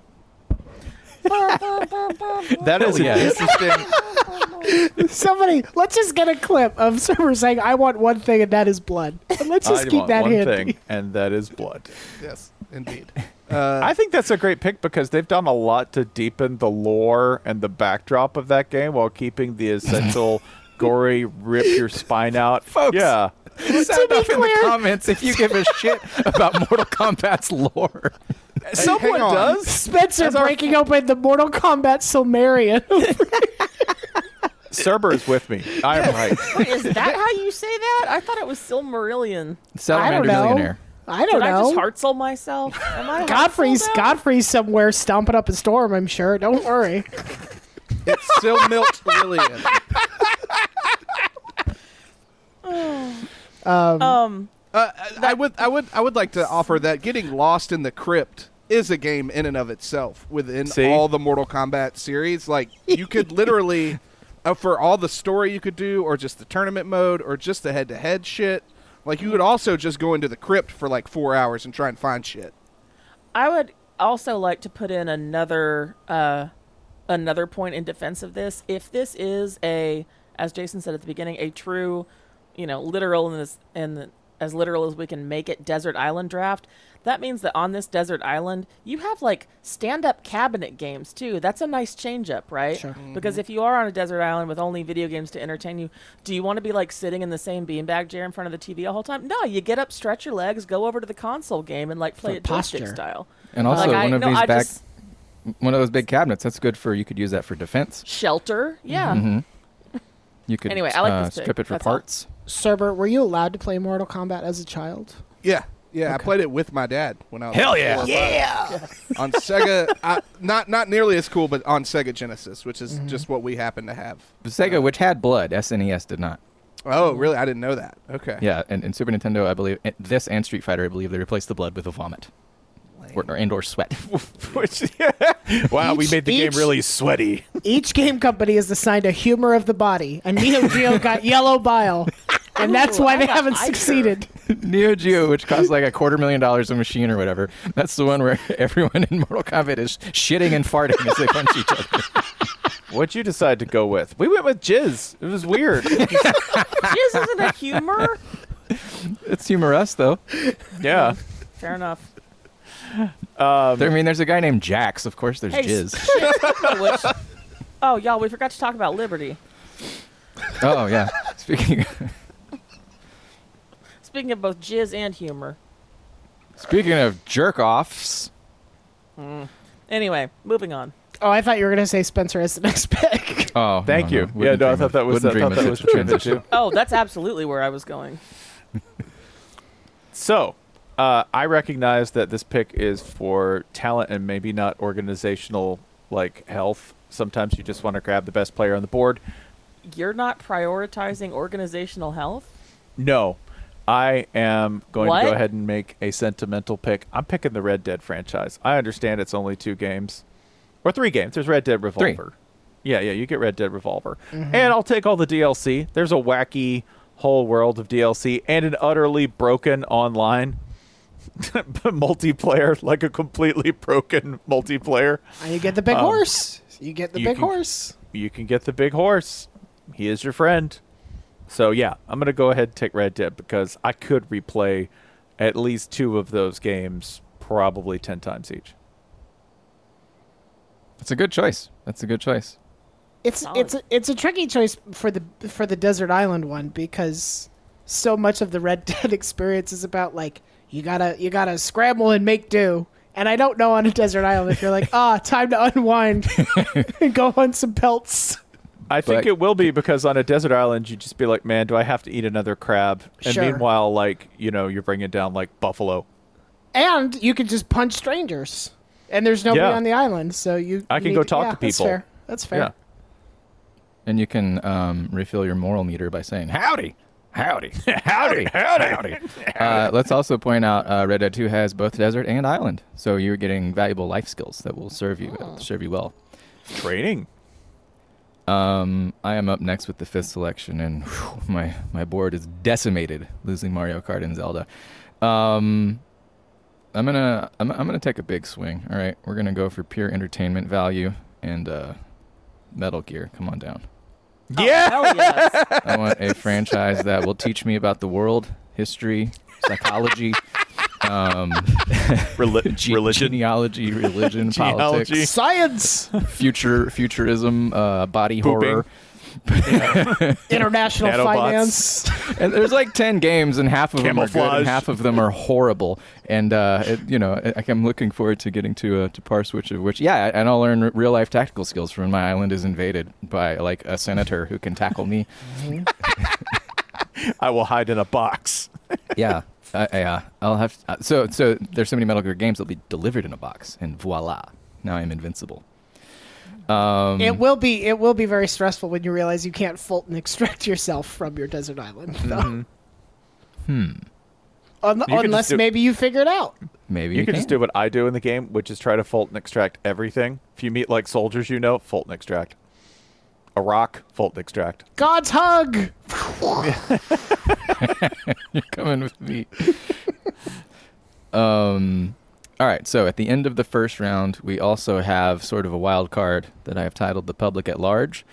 C: That is
A: yeah.
C: an interesting.
D: Somebody, let's just get a clip of Server saying, "I want one thing, and that is blood." And let's just
C: I
D: keep
C: want
D: that
C: one
D: handy.
C: thing, and that is blood.
F: Yes, indeed. Uh,
C: I think that's a great pick because they've done a lot to deepen the lore and the backdrop of that game while keeping the essential gory rip your spine out.
A: Folks.
C: Yeah.
A: Sound
D: be
A: off in the
D: clear-
A: comments if you give a shit about Mortal Kombat's lore.
C: Someone
F: hang on.
C: does.
D: Spencer
C: That's our-
D: breaking open the Mortal Kombat Silmarillion.
C: Cerber is with me. I'm right.
B: Wait, is that how you say that? I thought it was Silmarillion.
A: Salamander
D: know.
A: Millionaire.
D: I don't
B: Did I
D: know.
B: just Hartzell myself? Am I
D: Godfrey's
B: Hartzelled out?
D: Godfrey's somewhere stomping up a storm. I'm sure. Don't worry.
F: it's still Milt Lillian.
B: Um,
F: Uh, I- I would, I would, I would like to offer that getting lost in the crypt is a game in and of itself within
C: See?
F: all the Mortal Kombat series. Like you could literally, uh, for all the story you could do, or just the tournament mode, or just the head-to-head shit. Like you could also just go into the crypt for like four hours and try and find shit.
B: I would. also like to put in another uh, another point in defense of this. If this is a, as Jason said at the beginning, a true, you know, literal and as and as literal as we can make it, desert island draft. That means that on this desert island, you have like stand-up cabinet games too. That's a nice change-up, right?
D: Sure.
A: Mm-hmm.
B: Because if you are on a desert island with only video games to entertain you, do you want to be like sitting in the same beanbag chair in front of the TV the whole time? No, you get up, stretch your legs, go over to the console game, and like play
D: For
B: it joystick
D: posture.
B: style.
A: And also
B: Like, I-
A: one of
B: no,
A: these
B: I
A: back,
B: just-
A: one of those big cabinets. That's good for you could use that for defense. Mm-hmm.
B: shelter. Yeah.
D: Mm-hmm.
A: You could
B: Anyway, I like
A: uh,
B: this pick.
A: strip it for
B: That's all.
A: parts.
D: Cerber, were you allowed to play Mortal Kombat as a child?
F: Yeah, yeah. I played it with my dad when I was
E: Hell
F: like,
E: yeah.
F: four or five. on Sega. I, not not nearly as cool, but on Sega Genesis, which is just what we happen to have.
A: Sega, which had blood, SNES did not.
F: Oh, really? I didn't know that. Okay.
A: Yeah, and, and Super Nintendo, I believe, and this and Street Fighter, I believe, they replaced the blood with a vomit, or, or and or sweat.
E: Which, wow, we
D: Each-
E: made the
D: each-
E: game really sweaty.
D: Each game company is assigned a humor of the body, and Neo Geo got yellow bile, and that's
B: Ooh,
D: why
B: I
D: they
B: got
D: haven't
B: Iker.
D: succeeded.
A: Neo Geo, which costs like a quarter million dollars a machine or whatever. That's the one where everyone in Mortal Kombat is shitting and farting as they punch each other.
C: What'd you decide to go with? We went with jizz. It was weird.
B: Jizz isn't a humor.
A: It's humorous though.
C: yeah.
B: Fair enough.
A: Um, I mean, there's a guy named Jax. Of course, there's
B: Hey,
A: jizz.
B: shit, speaking of which- oh, y'all, we forgot to talk about Liberty.
A: oh yeah. Speaking
B: Speaking of both jizz and humor.
A: speaking of jerk offs,
B: Anyway, moving on.
D: Oh, I thought you were going to say Spencer as the next pick.
A: Oh,
C: Thank
A: no,
C: you.
A: no,
C: yeah,
A: wouldn't
C: no, I
A: dream
C: thought
A: of-
C: that was I
A: wouldn't dream
C: thought
A: of
C: that
A: such
C: was
A: a
C: the transition.
B: Oh, that's absolutely where I was going.
C: So, uh, I recognize that this pick is for talent and maybe not organizational like health. Sometimes you just want to grab the best player on the board.
B: You're not prioritizing organizational health?
C: No, I am going to
B: What?
C: go ahead and make a sentimental pick. I'm picking the Red Dead franchise. I understand it's only two games or three games. There's Red Dead Revolver. Yeah, yeah, you get Red Dead Revolver. And I'll take all the DLC. There's a wacky whole world of DLC and an utterly broken online multiplayer, like a completely broken multiplayer.
D: And you get the big
C: Um,
D: horse. You get the
C: you
D: big
C: can-
D: horse.
C: You can get the big horse. He is your friend. So yeah, I'm gonna go ahead and take Red Dead because I could replay at least two of those games, probably ten times each.
A: That's a good choice. That's a good choice.
D: It's
B: Solid.
D: it's a, it's a tricky choice for the for the desert island one because so much of the Red Dead experience is about like you gotta you gotta scramble and make do. And I don't know on a desert island if you're like ah time to unwind and go hunt some pelts.
C: I think
A: But-
C: it will be because on a desert island, you'd just be like, "Man, do I have to eat another crab?" And
D: Sure.
C: meanwhile, like you know, you're bringing down like buffalo.
D: And you can just punch strangers, and there's nobody
C: Yeah.
D: on the island, so you
C: I
D: you
C: can
D: need
C: go talk
D: yeah,
C: to
D: That's
C: people.
D: fair. That's fair.
C: Yeah.
A: And you can um, refill your moral meter by saying howdy, howdy,
E: Howdy, howdy.
A: uh, let's also point out uh, Red Dead 2 has both desert and island, so you're getting valuable life skills that will serve you
E: Oh.
A: serve you well.
C: Training.
A: Um, I am up next with the fifth selection, and whew, my my board is decimated, losing Mario Kart and Zelda. Um, I'm gonna I'm, I'm gonna take a big swing. All right, we're gonna go for pure entertainment value and uh, Metal Gear. Come on down.
D: Oh,
E: Yeah.
B: Hell yes.
A: I want a franchise that will teach me about the world, history, psychology, um,
E: Reli-
A: ge-
E: religion.
A: genealogy, religion,
E: Genealogy.
A: politics,
D: Science,
A: future, futurism, uh, body
C: Pooping.
A: horror.
D: international
E: Nanobots.
D: finance.
A: And there's like ten games, and half of them are good,
E: Camouflage.
A: and half of them are horrible. And uh, it, you know, I, I'm looking forward to getting to uh, to parse which of which. Yeah, and I'll learn r- real life tactical skills from when my island is invaded by like a senator who can tackle me.
E: I will hide in a box.
A: yeah, uh, yeah. I'll have uh, so so. There's so many Metal Gear games that'll be delivered in a box, and voila, now I'm invincible. Um,
C: Mm.
D: It will be it will be very stressful when you realize you can't Fulton extract yourself from your desert island. though. Un-
C: Mm-hmm. Hmm. could
D: unless
C: just do-
D: maybe you figure it out.
A: maybe
C: You,
A: you,
C: can, just do what I do in the game, which is try to Fulton extract everything. If you meet like soldiers, you know, Fulton extract. A rock, Fulton extract.
D: God's hug.
A: You're coming with me. um, All right, so at the end of the first round, we also have sort of a wild card that I have titled The Public at Large.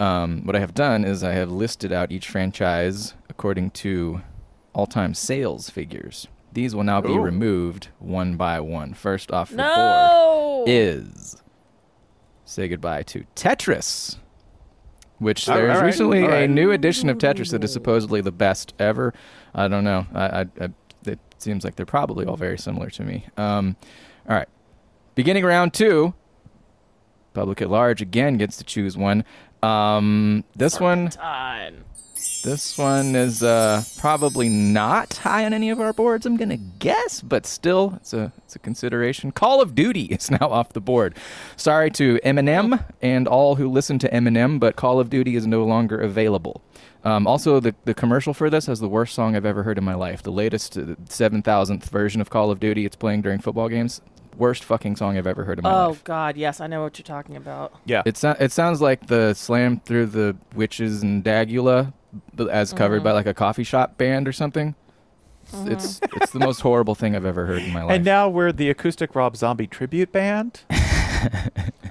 A: Um, what I have done is I have listed out each franchise according to all time sales figures. These will now be
C: Ooh.
A: removed one by one. First off the
B: No.
A: board is Say Goodbye to Tetris, which
C: All
A: there is
C: right,
A: recently
C: all
A: a
C: right.
A: new edition of Tetris that is supposedly the best ever. I don't know. I, I, I, it seems like they're probably all very similar to me. Um, all right. Beginning round two, public at large again gets to choose one. Um, this one,
B: Done.
A: this one is uh, probably not high on any of our boards. I'm gonna guess, but still, it's a it's a consideration. Call of Duty is now off the board. Sorry to Eminem and all who listen to Eminem, but Call of Duty is no longer available. Um, also, the the commercial for this has the worst song I've ever heard in my life. The latest uh, seven thousandth version of Call of Duty. It's playing during football games. Worst fucking song I've ever heard in my life.
B: Oh God, yes, I know what you're talking about.
C: Yeah.
A: It, so- it sounds like the slam through the witches and Dagula, b- as covered by like a coffee shop band or something. It's- It's it's the most horrible thing I've ever heard in my life.
C: and now we're the acoustic Rob Zombie tribute band.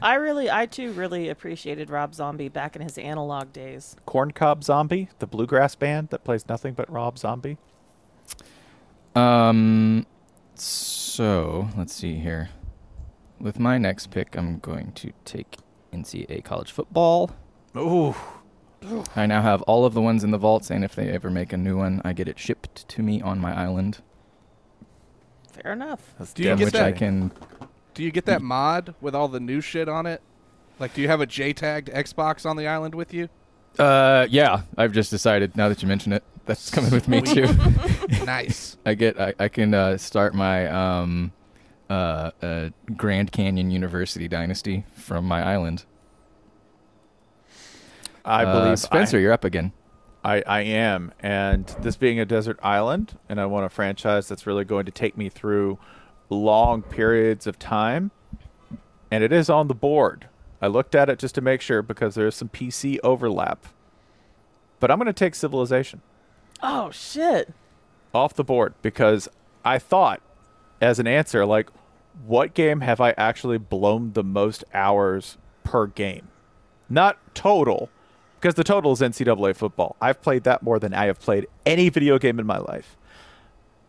B: I really, I too really appreciated Rob Zombie back in his analog days.
C: Corn Cob Zombie, the bluegrass band that plays nothing but Rob Zombie.
A: um, so let's see here. With my next pick, I'm going to take NCAA college football.
C: Ooh.
A: I now have all of the ones in the vaults, and if they ever make a new one, I get it shipped to me on my island,
B: Fair enough.
F: Do you
A: in
F: get
A: which
F: that?
A: I can
F: Do you get that mod with all the new shit on it? Like, do you have a J-tagged Xbox on the island with you?
A: Uh, yeah. I've just decided now that you mention it, that's coming with me too.
F: nice.
A: I get, I, I can uh, start my um, uh, uh, Grand Canyon University dynasty from my island.
C: I
A: Uh,
C: believe I-
A: Spencer, you're up again.
C: I, I am. And this being a desert island, and I want a franchise that's really going to take me through long periods of time. And it is on the board. I looked at it just to make sure because there is some PC overlap. But I'm going to take Civilization
B: Oh shit.
C: off the board because I thought, as an answer, like, what game have I actually blown the most hours per game? Not total, because the total is NCAA football. I've played that more than I have played any video game in my life.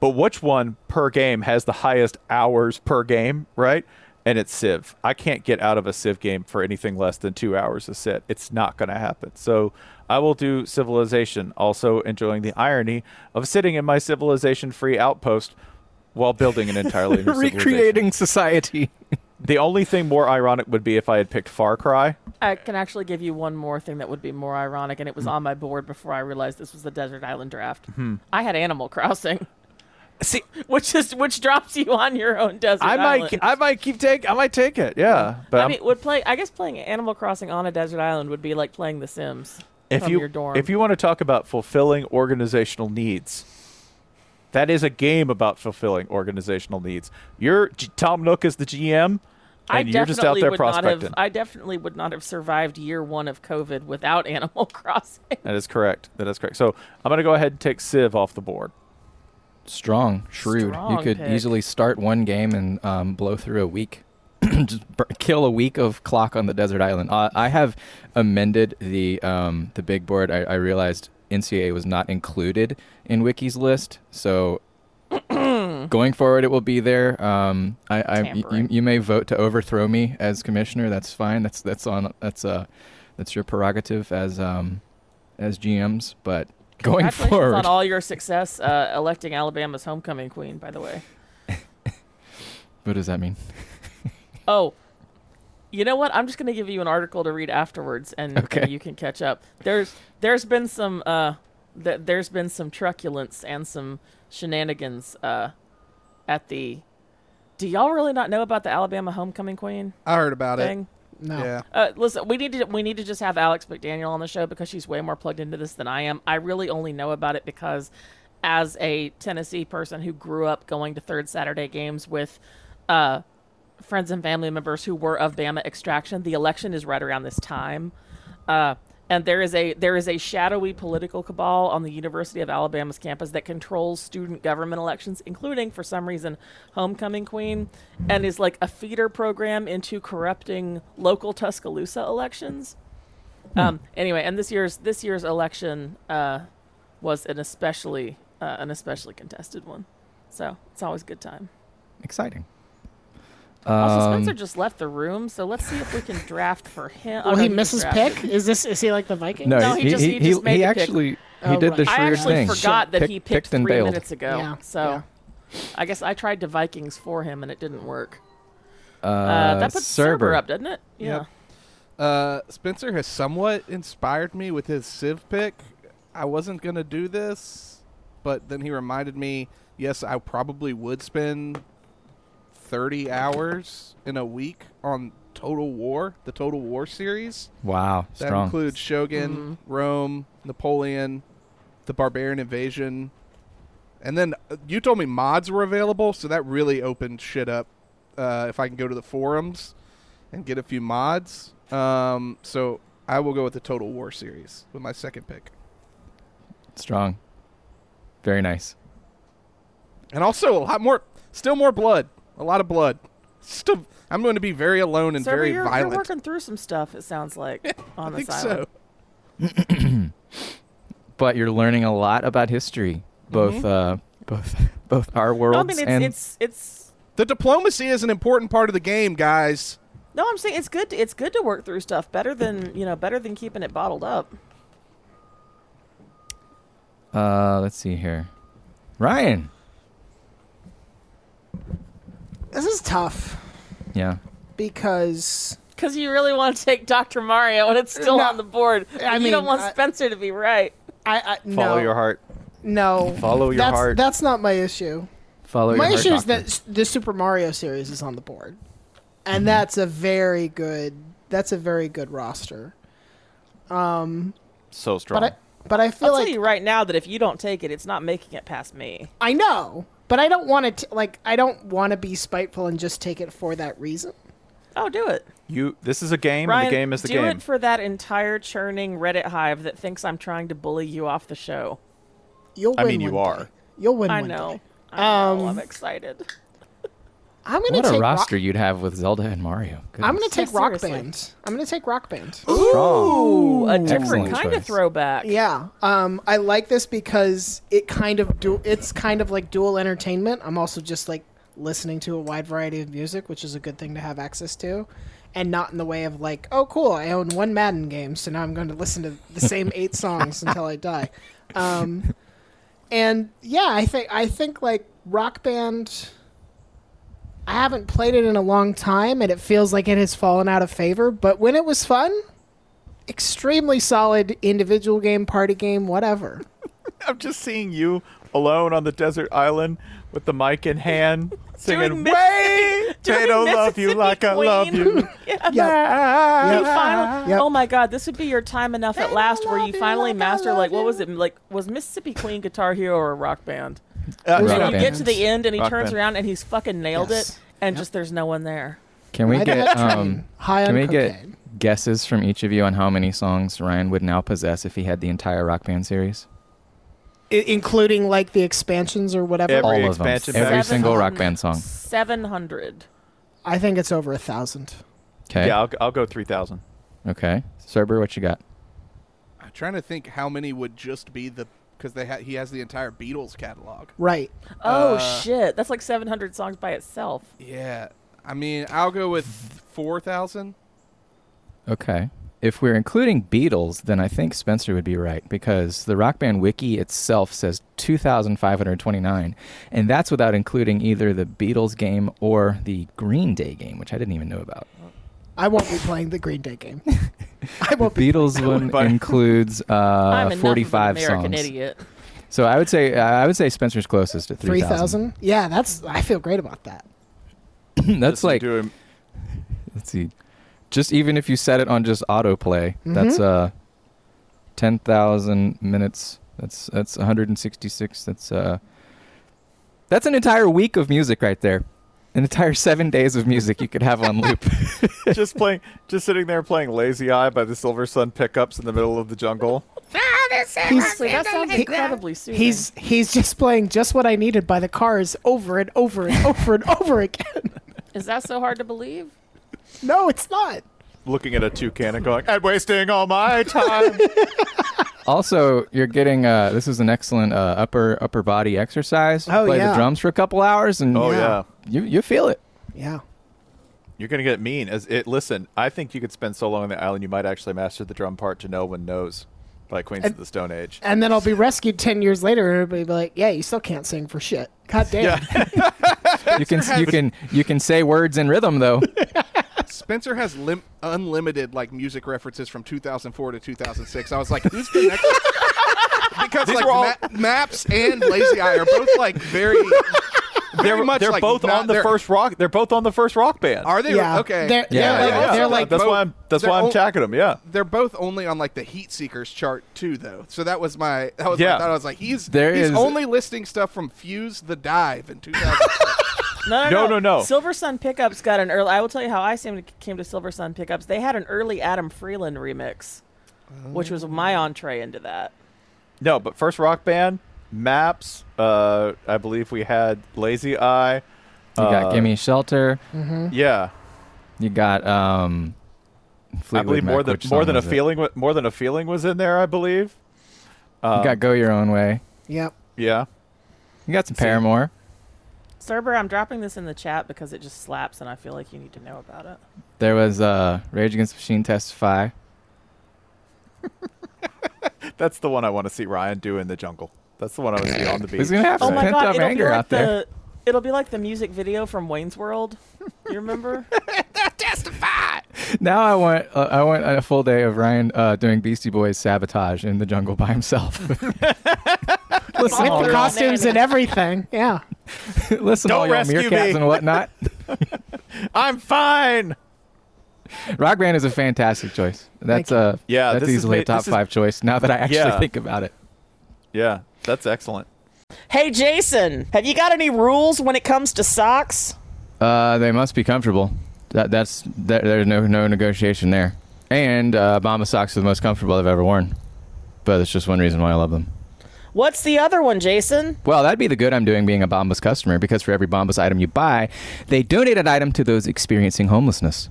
C: But which one per game has the highest hours per game, right? And it's Civ. I can't get out of a Civ game for anything less than two hours a set. It's not going to happen. So I will do Civilization, also enjoying the irony of sitting in my Civilization free outpost while building an entirely new civilization.
A: society.
C: The only thing more ironic would be if I had picked Far Cry.
B: I can actually give you one more thing that would be more ironic, and it
C: Hmm.
B: was on my board before I realized this was the desert island draft. I had Animal Crossing,
C: See,
B: which is which drops you on your own desert
C: I
B: island.
C: might, I might keep take, I might take it, yeah.
B: I
C: But I'm-
B: mean, would play. I guess playing Animal Crossing on a desert island would be like playing The Sims
C: if
B: from
C: you
B: your dorm.
C: if you want to talk about fulfilling organizational needs that is a game about fulfilling organizational needs you're G- tom nook is the gm
B: I
C: and you're just out
B: definitely
C: there
B: would not
C: prospecting
B: have. I definitely would not have survived year one of COVID without Animal Crossing.
C: that is correct that is correct so i'm going to go ahead and take civ off the board
A: Strong, shrewd. you
B: Strong
A: could
B: pick.
A: easily start one game and um, blow through a week. Just bur- kill a week of clock on the desert island. Uh, I have amended the um, the big board. I, I realized NCAA was not included in Wiki's list, so going forward, it will be there. Um, I, I y- you,
B: Tampering.
A: you may vote to overthrow me as commissioner. That's fine. That's that's on that's uh that's your prerogative as um as GMs. But going
B: Congratulations
A: forward,
B: on all your success uh, electing Alabama's homecoming queen. By the way.
A: what does that mean?
B: Oh, you know what? I'm just gonna give you an article to read afterwards, and, and
A: Okay.
B: you can catch up. There's there's been some uh, th- there's been some truculence and some shenanigans uh, at the. Do y'all really not know about the Alabama homecoming queen
F: I heard about
B: thing?
D: No.
F: Yeah.
B: Uh, listen, we need to we need to just have Alex McDaniel on the show because she's way more plugged into this than I am. I really only know about it because, as a Tennessee person who grew up going to third Saturday games with, uh, friends and family members who were of Bama extraction, the election is right around this time, uh, and there is a there is a shadowy political cabal on the University of Alabama's campus that controls student government elections, including for some reason Homecoming Queen, and is like a feeder program into corrupting local Tuscaloosa elections.
D: Hmm.
B: Um, anyway, and this year's this year's election uh, was an especially uh, an especially contested one, so it's always a good time.
A: Exciting.
B: Also,
A: Um,
B: Spencer just left the room, so let's see if we can draft for him. Oh,
D: Will
B: no,
D: he
B: just
D: miss his
B: drafted.
D: pick? Is this is he like the Viking?
A: No,
B: No,
A: he,
B: he just-
A: he,
B: he just made
A: he
B: the pick.
A: actually he
D: Oh,
A: did the
D: right.
B: I
A: Schreer
B: actually
A: thing.
B: forgot that
A: Pick-
B: he picked,
A: and
B: three
A: bailed.
B: minutes ago.
D: Yeah,
B: So I guess I tried to Vikings for him and it didn't work.
A: Uh,
B: Uh, that puts Cerber
A: Cerber.
B: up, doesn't it? Yeah.
F: Yep. Uh, Spencer has somewhat inspired me with his Civ pick. I wasn't gonna do this, but then he reminded me. Yes, I probably would spend thirty hours in a week on Total War, the Total War series.
A: Wow,
F: That
A: strong.
F: includes Shogun,
B: Mm-hmm.
F: Rome, Napoleon, the Barbarian Invasion, and then uh, you told me mods were available, so that really opened shit up. Uh, if I can go to the forums and get a few mods, um, so I will go with the Total War series with my second pick,
A: strong. Very nice.
F: and also a lot more, still more blood, a lot of blood. Still, I'm going to be very alone and
B: Cerber,
F: very
B: you're,
F: violent.
B: you're working through some stuff, it sounds like, on
F: I
B: this
F: think
B: island.
F: so.
A: But you're learning a lot about history, both uh, both both our worlds
B: Mm-hmm. No, I mean, it's,
A: and
B: it's, it's,
F: The diplomacy is an important part of the game, guys.
B: no, I'm saying it's good. To, it's good to work through stuff better than you know, better than keeping it bottled up.
A: uh, let's see here, Ryan.
D: This is tough
A: Yeah,
D: because
B: Because you really want to take Dr. Mario and it's still
D: No,
B: on the board.
D: I
B: you don't
D: mean,
B: want
D: I-
B: Spencer to be right.
D: I, I no,
C: Follow your heart.
D: no.
C: Follow your
D: that's,
C: heart.
D: That's not my issue.
A: follow
D: my
A: your
D: issue
A: heart
D: is that s- the Super Mario series is on the board, and
C: Mm-hmm.
D: that's a very good. That's a very good roster.
C: So strong.
D: But I but I feel
B: I'll
D: like
B: tell you right now that if you don't take it, it's not making it past me.
D: I know, but I don't want to like I don't want to be spiteful and just take it for that reason.
B: Oh, do it.
C: you. This is a game.
B: Ryan,
C: and the game is the
B: do
C: game.
B: it for that entire churning Reddit hive that thinks I'm trying to bully you off the show.
D: You'll win.
C: I mean, you
D: one
C: are.
D: day. You'll win.
B: I
D: one
B: know.
D: day.
B: I know.
D: Um,
B: I'm excited.
D: I'm gonna
A: What
D: take
A: a
D: Ro-
A: roster you'd have with Zelda and Mario.
D: I'm gonna
A: Goodness.
D: take
B: Yeah,
D: Rock
B: seriously.
D: Band. I'm gonna take Rock Band.
A: strong.
B: Ooh, a different
A: Excellent
B: kind
A: choice.
B: of throwback.
D: Yeah. Um, I like this because it kind of du- it's kind of like dual entertainment. I'm also just like listening to a wide variety of music, which is a good thing to have access to, and not in the way of like, oh, cool, I own one Madden game, so now I'm going to listen to the same eight songs until I die. Um, and yeah, I think I think like Rock Band. I haven't played it in a long time, and it feels like it has fallen out of favor. But when it was fun, extremely solid individual game, party game, whatever.
C: I'm just seeing you alone on the desert island with the mic in hand, singing
B: Doing Mississippi-
C: "Way
B: Doing
C: they don't love you
B: Mississippi
C: like I love
B: Queen.
C: you."
B: yeah. You
D: Yep.
B: finally,
D: Yep.
B: Oh my God, this would be your time enough at last where you finally master, like, what was it? Like, was Mississippi Queen Guitar Hero or Rock Band?
A: Rock
C: Uh,
B: and
A: Band.
B: you get to the end and he
C: Rock
B: turns
C: Band.
B: around and he's fucking nailed
D: Yes.
B: it, and just there's no one there.
A: Can we
D: Ride that
A: get
D: train,
A: um?
D: high
A: Can
D: on
A: we
D: cocaine.
A: get guesses from each of you on how many songs Ryan would now possess if he had the entire Rock Band series?
D: I- including like the expansions or whatever.
C: Every-
A: All of them.
C: expansion
A: Every
C: pack.
A: single Rock
B: Seven-
A: Band song.
B: 700.
D: I think it's over a thousand.
A: Okay.
C: Yeah, I'll, I'll go three thousand.
A: Okay. Cerber, what you got?
F: I'm trying to think how many would just be the because they ha- he has the entire Beatles catalog.
D: Right.
B: Oh
F: Uh,
B: shit, that's like 700 songs by itself.
F: Yeah, I mean, I'll go with four thousand.
A: Okay. If we're including Beatles, then I think Spencer would be right because the Rock Band wiki itself says 2,529, and that's without including either the Beatles game or the Green Day game, which I didn't even know about.
D: I won't be playing the Green Day game. I
A: The
D: won't be.
A: Beatles one
C: But-
A: includes
B: I'm
A: uh,
B: enough
A: 45
B: of an American
A: songs.
B: idiot.
A: So I would say I would say Spencer's closest to
D: Three
A: 3,000.
D: thousand? Yeah, that's. I feel great about that.
A: that's like
C: doing
A: let's see just even if you set it on just autoplay
D: Mm-hmm.
A: that's uh 10,000 minutes that's that's 166 that's uh that's an entire week of music right there an entire seven days of music you could have on loop.
C: just playing, just sitting there playing "Lazy Eye" by the Silver Sun pickups in the middle of the jungle.
D: He's,
B: Actually, that sounds
D: he-
B: incredibly soothing.
D: he's he's just playing just what I needed by the cars over and over and over and over again.
B: is that so hard to believe?
D: No, it's not.
C: looking at a toucan and going, I'm wasting all my time.
A: also, you're getting uh, this is an excellent uh, upper upper body exercise.
D: Oh,
A: Play
D: yeah.
A: the drums for a couple hours, and
C: oh,
D: Yeah.
C: yeah.
A: you you feel it.
D: Yeah.
C: You're going to get mean. As it, Listen, I think you could spend so long on the island, you might actually master the drum part to No One Knows by Queens of the Stone Age.
D: And then I'll be rescued ten years later, and everybody be like, "Yeah, you still can't sing for shit." God damn.
A: You can you can you can say words in rhythm though.
F: Spencer has lim- unlimited like music references from 2004 to 2006. I was like, who's the next? because
C: These
F: like
C: were all-
F: ma- maps and Lazy Eye are both like very, very
C: They're,
F: much
C: they're
F: like
C: both
F: not-
C: on the
F: they're-
C: first rock. They're both on the first rock band.
F: Are they
D: Yeah.
F: okay?
D: They're-
A: Yeah,
D: they're like- they're like
C: that's
F: both-
C: why I'm. That's
F: they're
C: why I'm
F: all-
C: checking them. Yeah.
F: They're both only on like the Heat Seekers chart too, though. So that was my that was
C: Yeah.
F: my thought. I was like, he's
A: There
F: he's
A: is-
F: only listing stuff from Fuse the Dive in 2006.
B: No, no,
C: No,
B: no,
C: no, no.
B: Silver Sun Pickups got an early. I will tell you how I came to, came to Silver Sun Pickups. They had an early Adam Freeland remix, which was my
A: Oh.
B: entree into that.
C: No, but first rock band, Maps. Uh, I believe we had Lazy Eye.
A: You got
C: Uh,
A: Gimme Shelter. Mm-hmm.
C: Yeah.
A: You got um.
C: I
A: Fleetwood
C: believe
A: Mac,
C: more than
A: which
C: more
A: song
C: than a
A: was it?
C: feeling. wa- More than a feeling was in there. I believe.
A: You
C: um,
A: got Go Your Own Way.
D: Yep.
C: Yeah.
A: You got some Paramore.
B: Cerber, I'm dropping this in the chat because it just slaps, and I feel like you need to know about it.
A: There was uh, Rage Against the Machine Testify.
C: That's the one I want to see Ryan do in the jungle. That's the one I want to see on the beach.
A: He's gonna have
B: Oh
A: some
B: my
A: pent
B: god,
A: up
B: it'll be
A: anger
B: like
A: out there.
B: the it'll be like the music video from Wayne's World. You remember?
A: Now I want uh, I want a full day of Ryan uh, doing Beastie Boys sabotage in the jungle by himself. listen, all,
D: With the
A: your,
D: costumes and everything. Yeah.
A: listen, all
C: Don't
A: your
C: rescue
A: meerkats
C: me.
A: and whatnot.
C: I'm fine.
A: Rock Band is a fantastic choice. That's
D: you.
A: uh
C: Yeah,
A: that's
C: this is
A: easily
C: ma-
A: a top
C: this is-
A: five choice. Now that I actually
C: Yeah.
A: think about it,
C: Yeah, that's excellent.
B: hey, Jason, have you got any rules when it comes to socks?
A: uh, they must be comfortable. That that's there, there's no no negotiation there. And uh, Bomba socks are the most comfortable I've ever worn, but that's just one reason why I love them.
B: What's the other one, Jason?
A: Well, that'd be the good I'm doing being a Bombas customer because for every Bombas item you buy, they donate an item to those experiencing homelessness.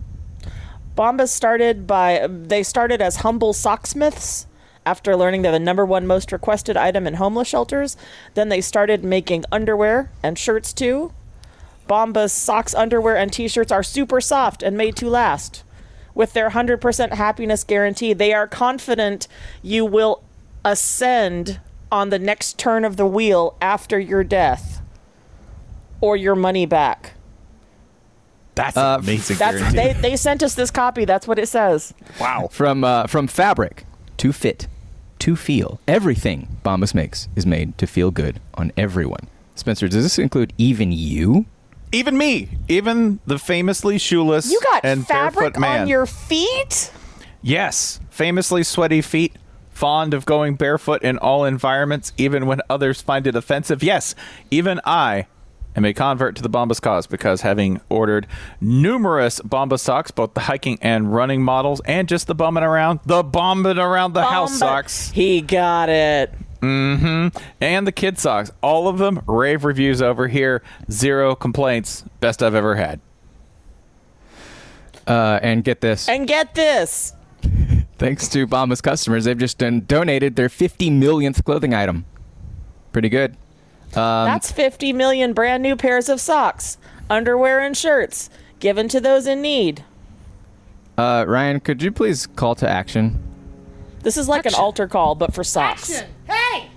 B: Bombas started by they started as humble socksmiths after learning they're the number one most requested item in homeless shelters. Then they started making underwear and shirts too. Bombas socks, underwear, and t-shirts are super soft and made to last. With their 100% happiness guarantee, they are confident you will ascend on the next turn of the wheel after your death or your money back.
C: That's
A: Uh,
C: amazing.
B: That's they, they sent us this copy. That's what it says.
C: wow.
A: From uh, from fabric to fit to feel, everything Bombas makes is made to feel good on everyone. Spencer, does this include even you?
C: Even me, even the famously shoeless
B: You got
C: and
B: fabric
C: barefoot man.
B: on your feet?
C: yes, famously sweaty feet, fond of going barefoot in all environments, even when others find it offensive. Yes, even I am a convert to the Bombas cause because having ordered numerous Bombas socks, both the hiking and running models, and just the bumming around, the bombing around the house
B: Bomba-
C: socks.
B: He got it.
C: and the kid socks. All of them rave reviews over here. Zero complaints. Best I've ever had.
A: Uh, and get this.
B: And get this.
A: Thanks to Bombas customers, they've just done, donated their 50 millionth clothing item. Pretty good.
C: Um,
B: That's 50 million brand new pairs of socks, underwear, and shirts given to those in need.
A: Uh, Ryan, could you please call to action?
B: This is like an altar call, but for socks.
G: Hey!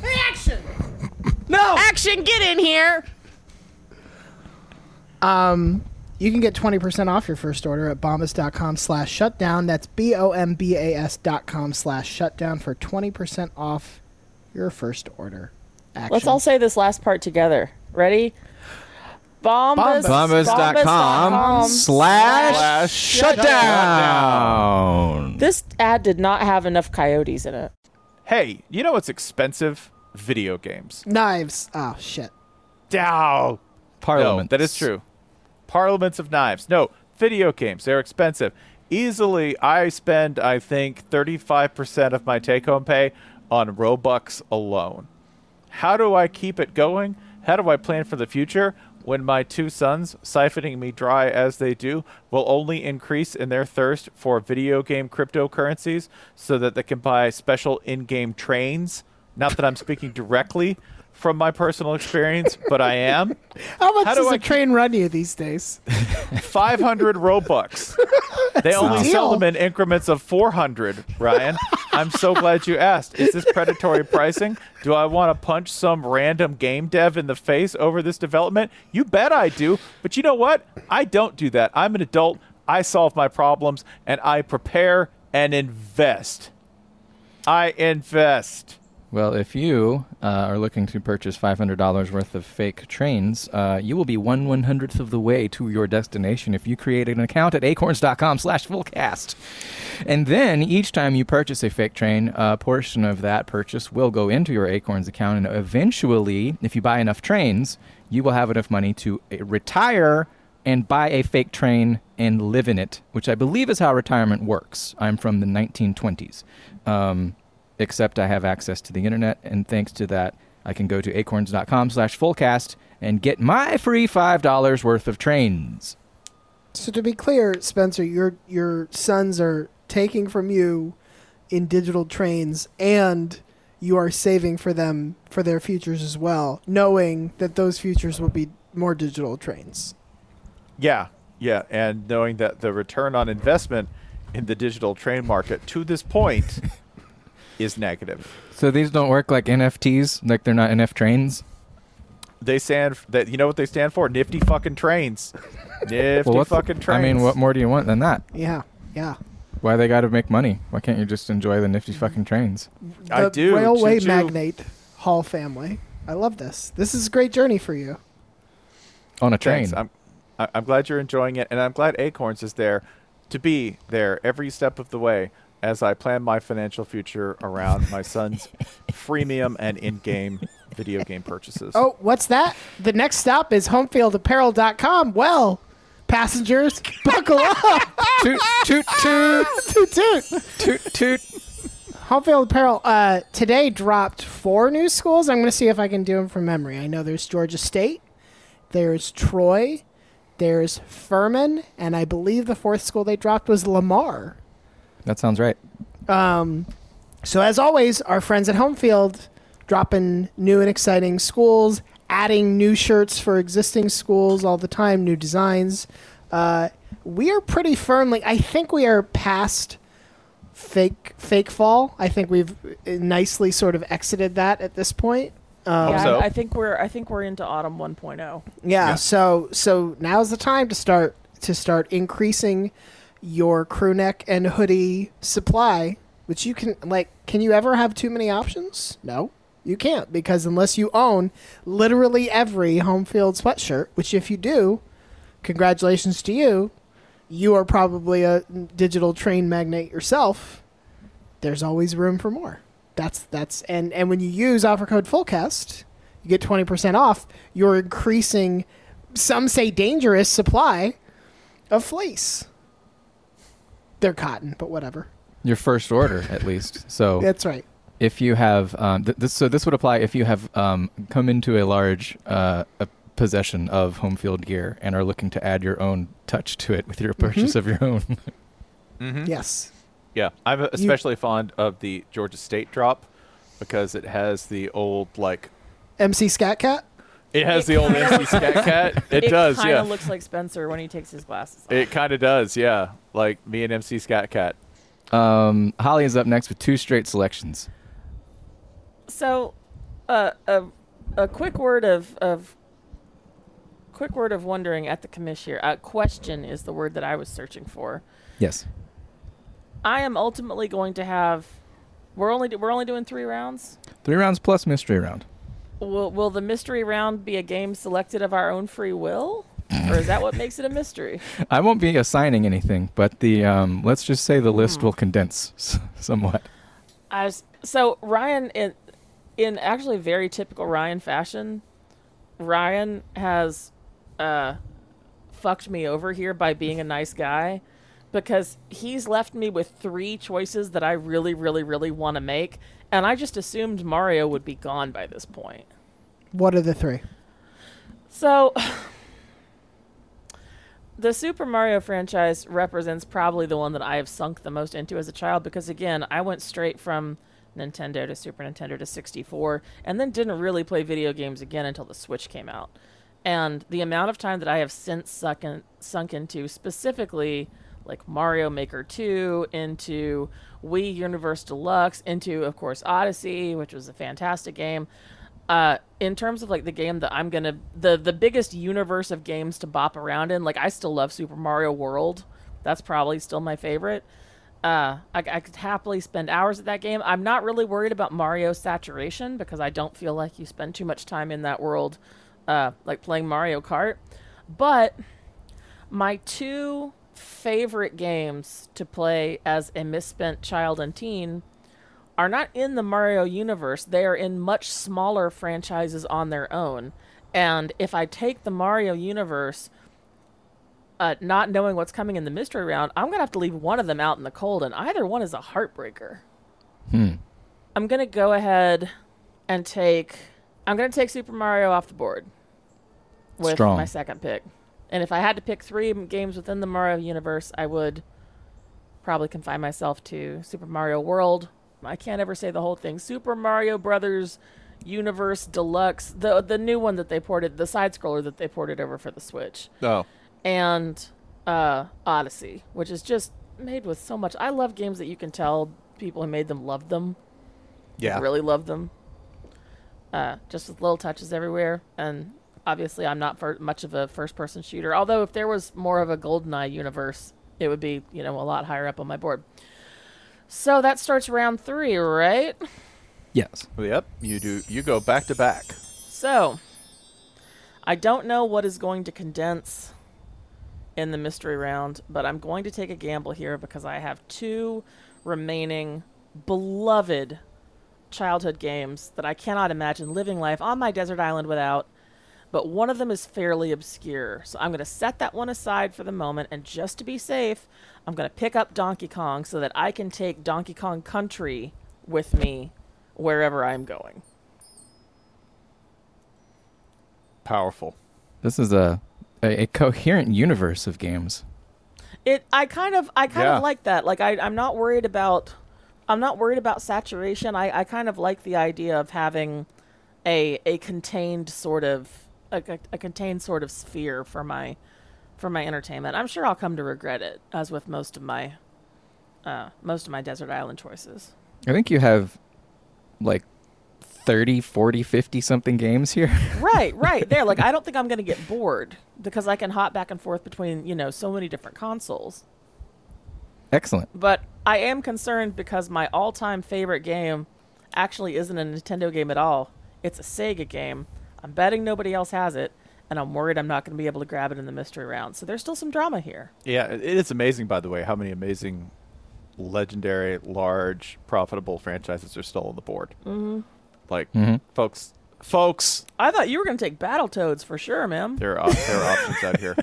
G: Hey, action!
B: Action, get in here.
D: You can get 20% off your first order at bombas.com slash shutdown. That's B-O-M-B-A-S dot com slash shutdown for 20% off your first order. Action.
B: Let's all say this last part together. Ready? Bombas.
A: Bombas.com
B: bombas.com.
A: slash shutdown.
B: This ad did not have enough coyotes in it.
C: Hey, you know what's expensive? Video games.
D: Knives. Oh, shit.
C: Dow.
A: Parliament.
C: No, that is true. Parliaments of knives. No, video games. They're expensive. Easily, I spend, I think, 35% of my take home pay on Robux alone. How do I keep it going? How do I plan for the future when my two sons, siphoning me dry as they do, will only increase in their thirst for video game cryptocurrencies so that they can buy special in game trains? Not that I'm speaking directly from my personal experience, but I am.
D: How much
C: How do
D: does a
C: I-
D: train run you these days?
C: 500 Robux. They only
D: deal.
C: sell them in increments of 400, Ryan. I'm so glad you asked. Is this predatory pricing? Do I want to punch some random game dev in the face over this development? You bet I do. But you know what? I don't do that. I'm an adult. I solve my problems and I prepare and invest. I invest.
A: Well, if you uh, are looking to purchase $500 worth of fake trains, uh, you will be one one hundredth of the way to your destination if you create an account at acorns.com slash fullcast. And then each time you purchase a fake train, a portion of that purchase will go into your Acorns account. And eventually, if you buy enough trains, you will have enough money to uh, retire and buy a fake train and live in it, which I believe is how retirement works. I'm from the 1920s. Um, except I have access to the internet, and thanks to that, I can go to acorns.com slash fullcast and get my free $5 worth of trains.
D: So to be clear, Spencer, your your sons are taking from you in digital trains, and you are saving for them for their futures as well, knowing that those futures will be more digital trains.
C: Yeah, yeah, and knowing that the return on investment in the digital train market to this point is negative.
A: So these don't work like NFTs, like they're not NF trains?
C: They stand f- that you know what they stand for? Nifty fucking trains. Nifty
A: what the-
C: fucking trains.
A: I mean, what more do you want than that?
D: Yeah, yeah.
A: Why they got to make money? Why can't you just enjoy the nifty fucking trains?
C: I
D: the
C: do,
D: Railway
C: choo-choo.
D: magnate Hall family. I love this. This is a great journey for you.
A: On a train.
C: Thanks. I'm I- I'm glad you're enjoying it and I'm glad Acorns is there to be there every step of the way as I plan my financial future around my son's freemium and in-game video game purchases.
D: Oh, what's that? The next stop is homefieldapparel.com. Well, passengers, buckle up.
A: toot, toot, toot,
D: toot, toot.
A: toot, toot.
D: Homefield Apparel uh, today dropped four new schools. I'm going to see if I can do them from memory. I know there's Georgia State, there's Troy, there's Furman, and I believe the fourth school they dropped was Lamar.
A: That sounds right.
D: So, as always, our friends at Homefield dropping new and exciting schools, adding new shirts for existing schools all the time, new designs. Uh, we are pretty firmly, I think we are past fake fake fall. I think we've uh, nicely sort of exited that at this point.
B: yeah,
C: so.
B: I, I think we're I think we're into autumn oh. 1.0.
D: Yeah,
C: Yeah.
D: So so now's the time to start to start increasing your crew neck and hoodie supply, which you can like. Can you ever have too many options? No, you can't because unless you own literally every home field sweatshirt, which if you do, congratulations to you. You are probably a digital train magnate yourself. There's always room for more. That's that's and and when you use offer code fullcast, you get 20% off, you're increasing, some say dangerous, supply of fleece. They're cotton, but whatever.
A: Your first order, at least. So
D: That's right.
A: if you have um, th- this, so this would apply if you have um, come into a large uh, a possession of home field gear and are looking to add your own touch to it with your purchase of your own.
D: Yes.
C: Yeah, I'm especially fond of the Georgia State drop because it has the old like
D: MC Scat Cat?
C: it has
B: It
C: the old
B: kinda-
C: MC Scat Cat. It, does,
B: Kind
C: yeah.
B: of looks like Spencer when he takes his glasses off.
C: it kind of does, yeah. Like me and MC Scat Cat.
A: um, Holly is up next with two straight selections.
B: So, uh, a a quick word of of quick word of wondering at the commish here. Uh, question is the word that I was searching for.
A: Yes.
B: I am ultimately going to have. We're only we're only doing three rounds.
A: Three rounds plus mystery round.
B: Will will the mystery round be a game selected of our own free will, or is that what makes it a mystery?
A: I won't be assigning anything, but the um, let's just say the list will condense s- somewhat.
B: I was, so Ryan in in actually very typical Ryan fashion, Ryan has uh, fucked me over here by being a nice guy because he's left me with three choices that I really, really, really want to make. And I just assumed Mario would be gone by this point.
D: What are the three?
B: So, the Super Mario franchise represents probably the one that I have sunk the most into as a child because, again, I went straight from Nintendo to Super Nintendo to 64 and then didn't really play video games again until the Switch came out. And the amount of time that I have since sunk, in, sunk into, specifically like Mario Maker 2, into Wii Universe Deluxe, into, of course, Odyssey, which was a fantastic game uh in terms of like the game that i'm gonna the the biggest universe of games to bop around in like i still love super mario world that's probably still my favorite uh I, I could happily spend hours at that game i'm not really worried about mario saturation because i don't feel like you spend too much time in that world uh like playing mario kart but my two favorite games to play as a misspent child and teen are not in the Mario universe. They are in much smaller franchises on their own. And if I take the Mario universe, uh, not knowing what's coming in the mystery round, I'm going to have to leave one of them out in the cold, and either one is a heartbreaker. I'm going to go ahead and take. I'm going to take Super Mario off the board with
A: Strong.
B: my second pick. And if I had to pick three m- games within the Mario universe, I would probably confine myself to Super Mario World. I can't ever say the whole thing. Super Mario Brothers Universe Deluxe, the the new one that they ported, the side scroller that they ported over for the Switch,
C: Oh.
B: and uh, Odyssey, which is just made with so much. I love games that you can tell people who made them love them,
C: Yeah.
B: really love them. Uh, just with little touches everywhere, and obviously I'm not for much of a first-person shooter. Although if there was more of a GoldenEye universe, it would be you know a lot higher up on my board. So that starts round three, right?
A: Yes.
C: Yep. You do. You go back to back.
B: So, I don't know what is going to condense in the mystery round, but I'm going to take a gamble here because I have two remaining beloved childhood games that I cannot imagine living life on my desert island without. But one of them is fairly obscure. So I'm going to set that one aside for the moment. And just to be safe, I'm going to pick up Donkey Kong so that I can take Donkey Kong Country with me wherever I'm going.
C: Powerful.
A: This is a, a a coherent universe of games.
B: it i kind of i kind
C: Yeah.
B: of like that like I, i'm not worried about i'm not worried about saturation i, I kind of like the idea of having a a contained sort of a, a, a contained sort of sphere for my for my entertainment i'm sure i'll come to regret it as with most of my uh, most of my desert island choices
A: I think you have like 30, 40, 50 something games here.
B: right right there like i don't think i'm gonna get bored because i can hop back and forth between you know so many different consoles
A: Excellent.
B: but I am concerned because my all-time favorite game actually isn't a Nintendo game at all. It's a Sega game. I'm betting nobody else has it, and I'm worried I'm not going to be able to grab it in the mystery round. So there's still some drama here.
C: Yeah, it it is amazing, by the way, how many amazing, legendary, large, profitable franchises are still on the board. Mm-hmm. Like, folks, folks,
B: I thought you were going to take Battletoads for sure, ma'am.
C: there are op- there are options out here.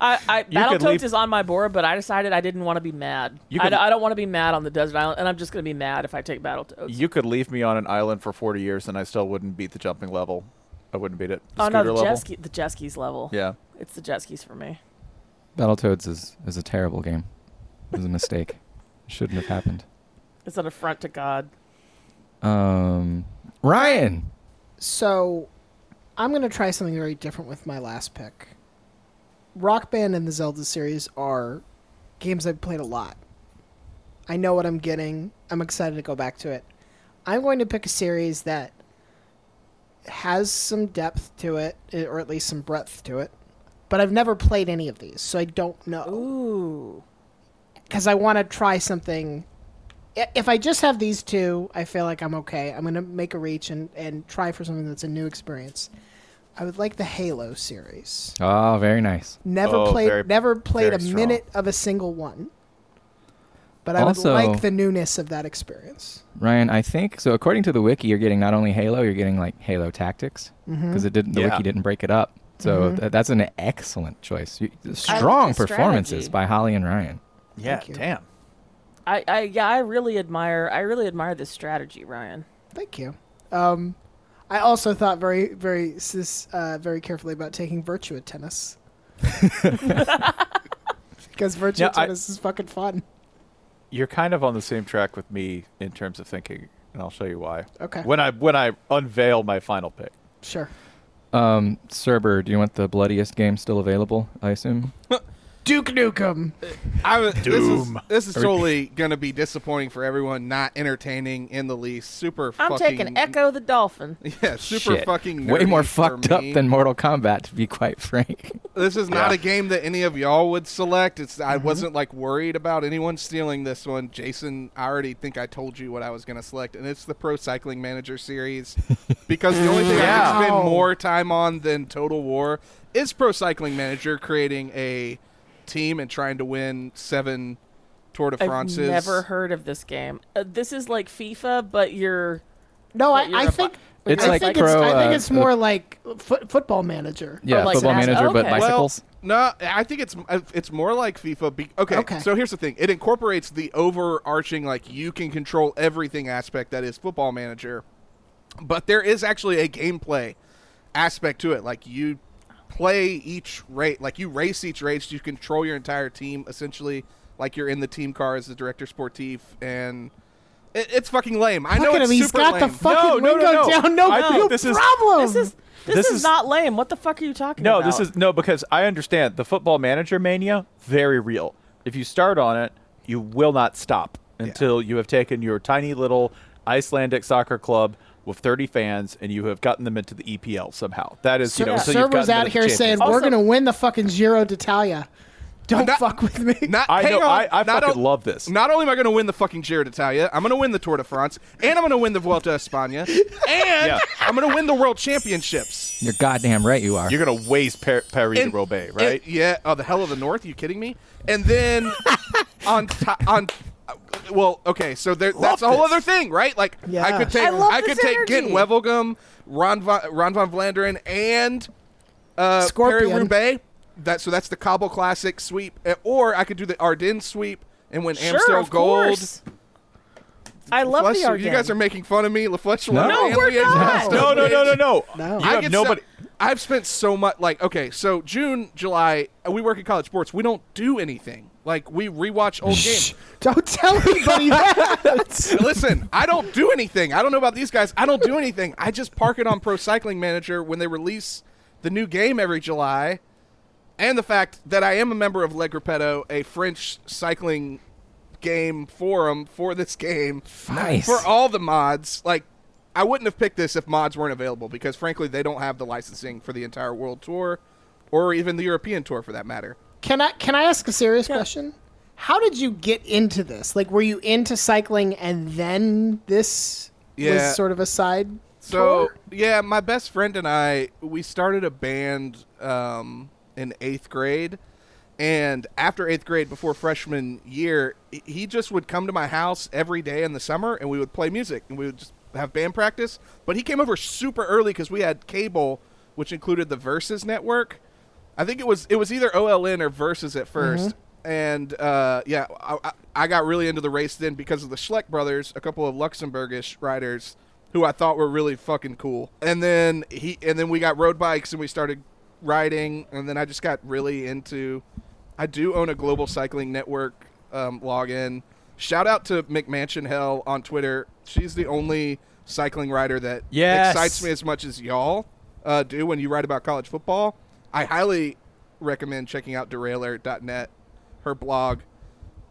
B: I, I
C: could
B: Battletoads
C: leave-
B: is on my board, but I decided I didn't want to be mad.
C: You
B: I
C: could-
B: d- I don't want to be mad on the desert island, and I'm just going to be mad if I take Battletoads.
C: You could leave me on an island for 40 years, and I still wouldn't beat the jumping level. I wouldn't beat it.
B: oh
C: The
B: no,
C: scooter
B: the
C: level.
B: jet ski, the jet skis level.
C: Yeah.
B: it's the jet skis for me.
A: Battletoads is, is a terrible game. It was a mistake. Shouldn't have happened.
B: It's an affront to God.
A: Um, Ryan.
D: So, I'm going to try something very different with my last pick. Rock Band and the Zelda series are games I've played a lot. I know what I'm getting. I'm excited to go back to it. I'm going to pick a series that has some depth to it, eh, or at least some breadth to it. But I've never played any of these, so I don't know.
B: Ooh,
D: Because I want to try something. i- If I just have these two, I feel like I'm okay. I'm going to make a reach and, and try for something that's a new experience. I would like the Halo series.
A: Oh, very nice.
D: Never
C: Oh,
D: played.
C: very-
D: never played
C: very
D: a
C: strong.
D: minute of a single one. But I
A: Also-
D: would like the newness of that experience.
A: Ryan, I think so.
B: Mm-hmm.
A: According to the wiki, you're getting not only Halo, you're getting like Halo Tactics because it didn't. The
C: Yeah.
A: wiki didn't break it up. So th- that's an excellent choice. You, strong
B: the
A: performances
B: strategy.
A: by Holly and Ryan.
C: Yeah,
D: Thank you.
C: damn.
B: I, I yeah, I really admire I really admire this strategy, Ryan.
D: Thank you. Um, I also thought very, very, sis- uh, very carefully about taking Virtua Tennis. because Virtua
C: Yeah, I-
D: Tennis is fucking fun.
C: You're kind of on the same track with me in terms of thinking, and I'll show you why.
D: Okay.
C: When I when I unveil my final pick.
D: Sure.
A: Um, Cerber, do you want the bloodiest game still available? I assume.
D: Duke Nukem.
F: I was,
C: Doom.
F: This is, this is totally gonna be disappointing for everyone. Not entertaining in the least. Super.
B: I'm
F: fucking,
B: taking Echo the Dolphin.
F: Yeah, super
A: Shit.
F: fucking.
A: way
F: nerdy
A: more
F: for
A: fucked up
F: me.
A: than Mortal Kombat, to be quite frank.
F: This is not
C: Yeah.
F: a game that any of y'all would select. It's I wasn't like worried about anyone stealing this one. Jason, I already think I told you what I was going to select, and it's the Pro Cycling Manager series because the only thing I
C: Yeah.
F: can spend more time on than Total War is Pro Cycling Manager, creating a team and trying to win seven Tour de
B: I've
F: France's.
B: never heard of this game. Uh, this is like FIFA, but you're
D: No,
B: But you're
D: I, I
B: a
D: think
A: It's
D: I
A: like
D: think
A: pro,
D: it's, I think
A: uh,
D: it's more like foot, football manager.
A: Yeah,
B: like
A: football
B: that.
A: manager, but
B: Okay. Well,
A: bicycles.
F: No, I think it's uh, it's more like FIFA. Be- okay,
D: Okay.
F: so here's the thing: it incorporates the overarching, like you can control everything aspect that is Football Manager, but there is actually a gameplay aspect to it. Like you play each race, like you race each race, you control your entire team essentially, like you're in the team car as the director sportif, and it, it's fucking lame. I know
D: Look at
F: it's
D: him. He's
F: super
D: got the
F: lame.
D: fucking
C: No, no,
D: window
C: no, no.
D: down. No,
C: I think
D: no
C: this is-
D: problem.
B: this is Um, this,
C: This
B: is,
C: is-
B: not lame. What the fuck are you talking
C: No,
B: about?
C: this is no because I understand the football manager mania very real. If you start on it, you will not stop until you have taken your tiny little Icelandic soccer club with 30 fans and you have gotten them into the EPL somehow. That is, you know, until you've gotten
D: servers
C: them
D: out
C: into the
D: here saying
B: Also-
D: we're gonna win the fucking Giro d'Italia. Don't
F: Not-
D: fuck with me.
F: Not,
C: I
F: hang
C: know-
F: on.
C: I- I
F: not
C: fucking
F: o-
C: love this.
F: Not only am I going to win the fucking Giro d'Italia, I'm going to win the Tour de France, and I'm going to win the Vuelta a España, and
C: Yeah.
F: I'm going to win the World Championships.
A: You're goddamn right you are.
C: You're going to waste Par- Paris
F: And-
C: de Roubaix, right?
F: and- yeah. Oh, the hell of the North. you kidding me? And then on to, on. Well, okay, so there, that's a whole
C: this.
F: other thing, right? Like I
D: Yeah.
F: could take
B: I love this
F: could take Gent
B: energy.
F: Wevelgem, Ron von, Ron von Vlanderen, and uh,
D: Scorpion.
F: Perry Roubaix. That so that's the Cobble Classic sweep, eh, or I could do the Ardennes sweep and win
B: sure,
F: Amstel
B: of
F: Gold.
B: course. I love
F: Fletcher,
B: the Ardennes.
F: you guys are making fun of me, LaFletcher.
A: No,
F: Lana, and
B: we're
F: Leanne
B: not.
F: Johnstone,
C: No, no, no, no,
F: bitch.
C: no.
D: No.
C: You
F: I
C: have
F: get
C: nobody.
F: So, I've spent so much. Like, okay, so June, July, we work at college sports. We don't do anything. Like, we rewatch old games.
D: Don't tell anybody that.
F: Listen, I don't do anything. I don't know about these guys. I don't do anything. I just park it on Pro Cycling Manager when they release the new game every July, and the fact that I am a member of Le Gruppetto, a French cycling game forum for this game
A: nice.
F: for all the mods, like I wouldn't have picked this if mods weren't available because frankly they don't have the licensing for the entire world tour or even the European tour for that matter.
D: can I can I ask a serious question? How did you get into this? Like, were you into cycling and then this
F: Yeah.
D: was sort of a side?
F: So
D: tour?
F: yeah, my best friend and I we started a band um, in eighth grade, and after eighth grade, before freshman year, h- he just would come to my house every day in the summer, and we would play music, and we would just have band practice. But he came over super early because we had cable, which included the Versus network. I think it was it was either OLN or Versus at 1st and uh, yeah, I, I, I got really into the race then because of the Schleck brothers, a couple of Luxembourgish riders who I thought were really fucking cool. And then he and then we got road bikes and we started riding, and then I just got really into. I do own a Global Cycling Network um, login. Shout out to McMansion Hell on Twitter. She's the only cycling rider that
C: Yes.
F: excites me as much as y'all uh, do when you write about college football. I highly recommend checking out derailleur.net, her blog.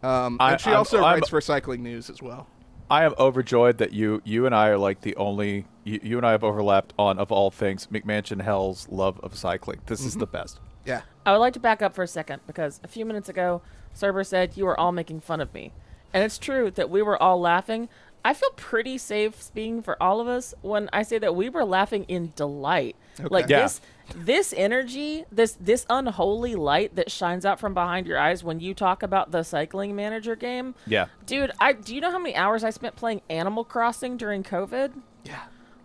F: Um,
C: I-
F: and she
C: I'm-
F: also
C: I'm-
F: writes for Cycling News as well.
C: I am overjoyed that you you and I are like the only you, you and I have overlapped on of all things McMansion Hell's love of cycling. This is the
F: Mm-hmm.
C: best.
F: Yeah.
B: I would like to back up for a second because a few minutes ago, Cerber said you were all making fun of me. And it's true that we were all laughing. I feel pretty safe speaking for all of us when I say that we were laughing in delight. Like
C: Yeah.
B: this this energy, this this unholy light that shines out from behind your eyes when you talk about the cycling manager game.
C: Yeah.
B: Dude, I do you know how many hours I spent playing Animal Crossing during COVID?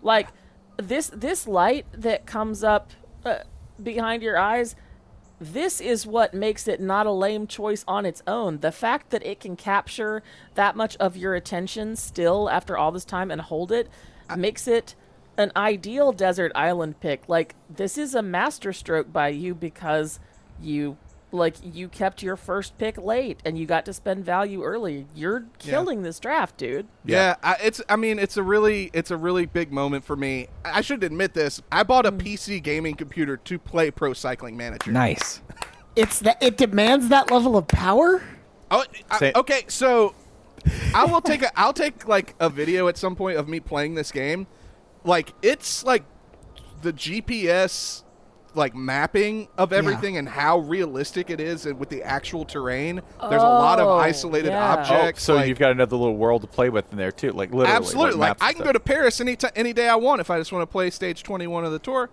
B: like this this light that comes up uh, behind your eyes, this is what makes it not a lame choice on its own. The fact that it can capture that much of your attention still after all this time and hold it makes it an ideal desert island pick. Like this is a masterstroke by you because you like you kept your first pick late and you got to spend value early. You're killing this draft, dude.
F: Yeah, I, it's. I mean, it's a really, it's a really big moment for me. I I should admit this. I bought a PC gaming computer to play Pro Cycling Manager.
A: Nice.
D: It's that it demands that level of power.
F: Oh, I-
C: Say-
F: okay, so I will take a, I'll take like a video at some point of me playing this game. Like it's like the GPS like mapping of everything and how realistic it is and with the actual terrain. There's a lot of
B: Oh,
F: isolated
B: yeah.
C: Oh,
F: objects.
C: so
F: like-
C: you've got another little world to play with in there too. Like literally,
F: absolutely like,
C: maps
F: I
C: and
F: can
C: stuff.
F: go to Paris any ti any day I want if I just want to play stage 21 of the tour.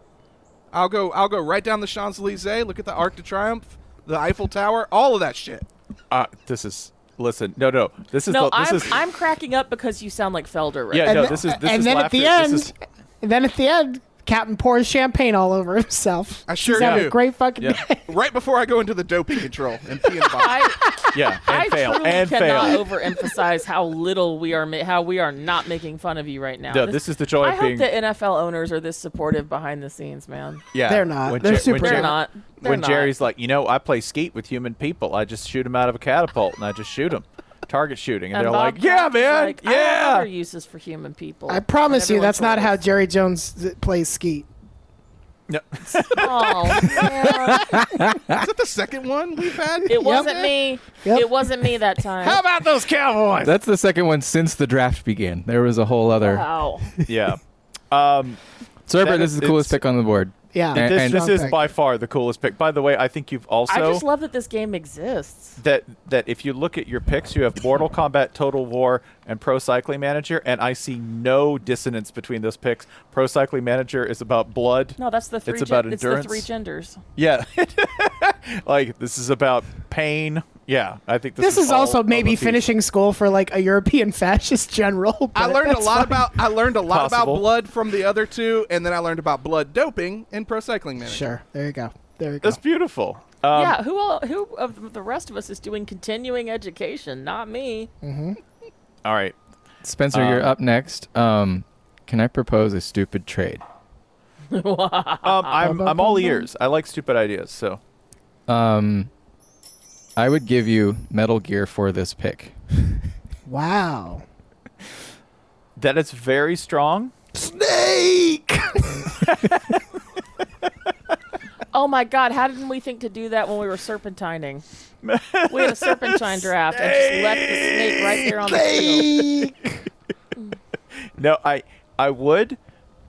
F: I'll go I'll go right down the Champs-Élysées, look at the Arc de Triomphe, the Eiffel Tower, all of that shit.
C: Uh, this is listen. No, no. This is
B: No,
C: the, this
B: I'm,
C: is
B: I'm cracking up because you sound like Felder right
C: Yeah,
B: now.
C: no,
D: the-
C: this is- this
D: and
C: is
D: then at the
C: laughter.
D: end,
C: This
D: and then at the end, Captain pours champagne all over himself.
F: I sure
D: He's having
F: do.
D: a great fucking
C: Yeah.
D: day.
F: right before I go into the doping control and pee in the box.
B: I,
C: yeah. And
B: I
C: fail
B: truly
C: and
B: cannot
C: fail.
B: overemphasize how little we are ma- how we are not making fun of you right now.
C: No, this is the joy
B: I
C: of
B: hope
C: being-
B: the NFL owners are this supportive behind the scenes, man.
C: yeah,
D: They're not.
C: When
D: They're
C: Jer-
D: super
C: when
B: They're
C: Jer-
D: Yeah.
B: not. They're
C: when
B: not.
C: Jerry's like, you know, I play skeet with human people. I just shoot them out of a catapult and I just shoot them, target shooting, and,
B: And
C: they're
B: Bob
C: like, yeah,
B: Kraft's
C: man,
B: like, I have
C: yeah.
B: other uses for human people.
D: I promise
B: And
D: you, that's not how
B: everyone
D: Jerry Jones th- plays skeet.
B: trolls. Oh, man.
F: Is that the second one we've had?
B: it wasn't me.
D: Yep.
B: It wasn't me that time.
E: How about those Cowboys?
A: That's the second one since the draft began. There was a whole other.
B: Wow.
C: yeah. Um,
A: Cerber,
C: That
A: this
C: is-
A: is the coolest
C: it's-
A: pick on the board.
D: Yeah.
A: And-
C: this
A: and-
C: this is
D: pick.
C: by far the coolest pick. By the way, I think you've also
B: I just love that this game exists.
C: that that if you look at your picks, you have Mortal Kombat, Total War, and Pro Cycling Manager, and I see no dissonance between those picks. Pro Cycling Manager is about blood.
B: No, that's the three.
C: It's about
B: it's
C: endurance.
B: the three genders.
C: Yeah, like this is about pain. Yeah, I think this,
D: This is
C: all
D: also
C: of
D: maybe
C: a piece.
D: finishing school for like a European fascist general.
F: I
D: but
F: learned a
D: that's
F: lot
D: fine.
F: about I learned a lot
C: Possible.
F: about blood from the other two, and then I learned about blood doping in pro cycling manager.
D: Sure. There you go. There you go.
C: That's beautiful. Um,
B: yeah, who all, who of the rest of us is doing continuing education? Not me.
C: Um, All right.
F: Uh,
A: Spencer, you're up next. Um, can I propose a stupid trade?
C: Um, I'm I'm all ears. I like stupid ideas. So
A: Um, I would give you Metal Gear for this pick.
D: Wow.
C: that is very strong.
B: Oh my God! How didn't we think to do that when we were serpentining? we had a serpentine draft and just left the snake right there on the field.
C: No, I I would,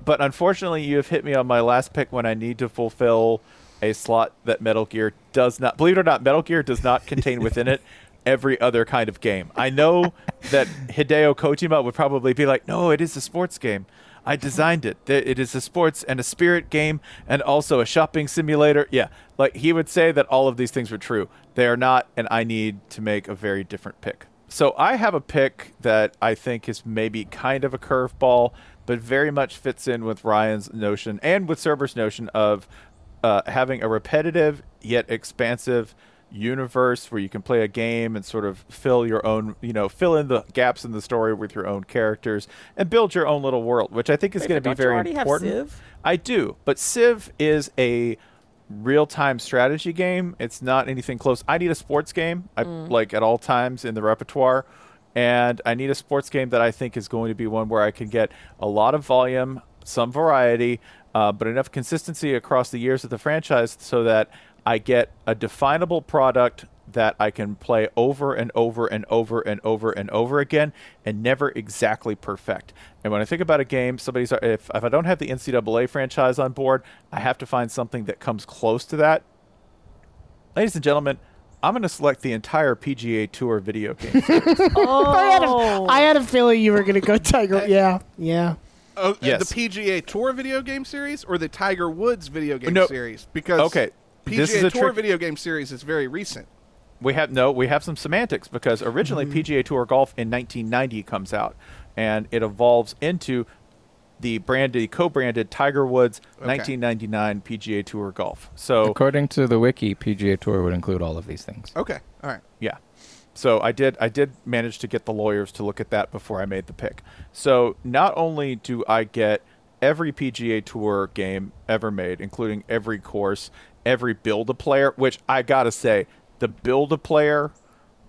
C: but unfortunately, you have hit me on my last pick when I need to fulfill a slot that Metal Gear does not. Believe it or not, Metal Gear does not contain within it every other kind of game. I know that Hideo Kojima would probably be like, "No, it is a sports game. I designed it. Th- It is a sports and a spirit game and also a shopping simulator." Yeah, like he would say that all of these things were true. They are not, and I need to make a very different pick. So I have a pick that I think is maybe kind of a curveball, but very much fits in with Ryan's notion and with Cerberus' notion of uh, having a repetitive yet expansive universe where you can play a game and sort of fill your own, you know, fill in the gaps in the story with your own characters and build your own little world, which I think is
B: Wait,
C: going
B: but
C: to be
B: don't you
C: very
B: already have
C: important.
B: Civ?
C: I do, but Civ is a real-time strategy game. It's not anything close. I need a sports game. I like at all times in the repertoire, and I need a sports game that I think is going to be one where I can get a lot of volume, some variety, uh, but enough consistency across the years of the franchise so that I get a definable product that I can play over and over and over and over and over again and never exactly perfect. And when I think about a game, somebody's if, if I don't have the NCAA franchise on board, I have to find something that comes close to that. Ladies and gentlemen, I'm going to select the entire PGA Tour video game.
B: Oh.
D: I, had a, I had a feeling you were gonna go Tiger. Yeah. Yeah.
F: Oh,
C: Yes.
F: the PGA Tour video game series or the Tiger Woods video game
C: No.
F: series because
C: Okay,
F: PGA
C: this is a
F: Tour
C: trick-
F: video game series is very recent.
C: We have no, we have some semantics because originally PGA Tour Golf in 1990 comes out, and it evolves into the branded, co-branded Tiger Woods
F: Okay.
C: 1999 PGA Tour Golf.
F: Oh.
C: So
A: According to the wiki, PGA Tour would include all of these things.
F: Okay. All right.
C: Yeah. So I did I did manage to get the lawyers to look at that before I made the pick. So not only do I get every PGA Tour game ever made, including every course, every build a player, which I got to say, the build a player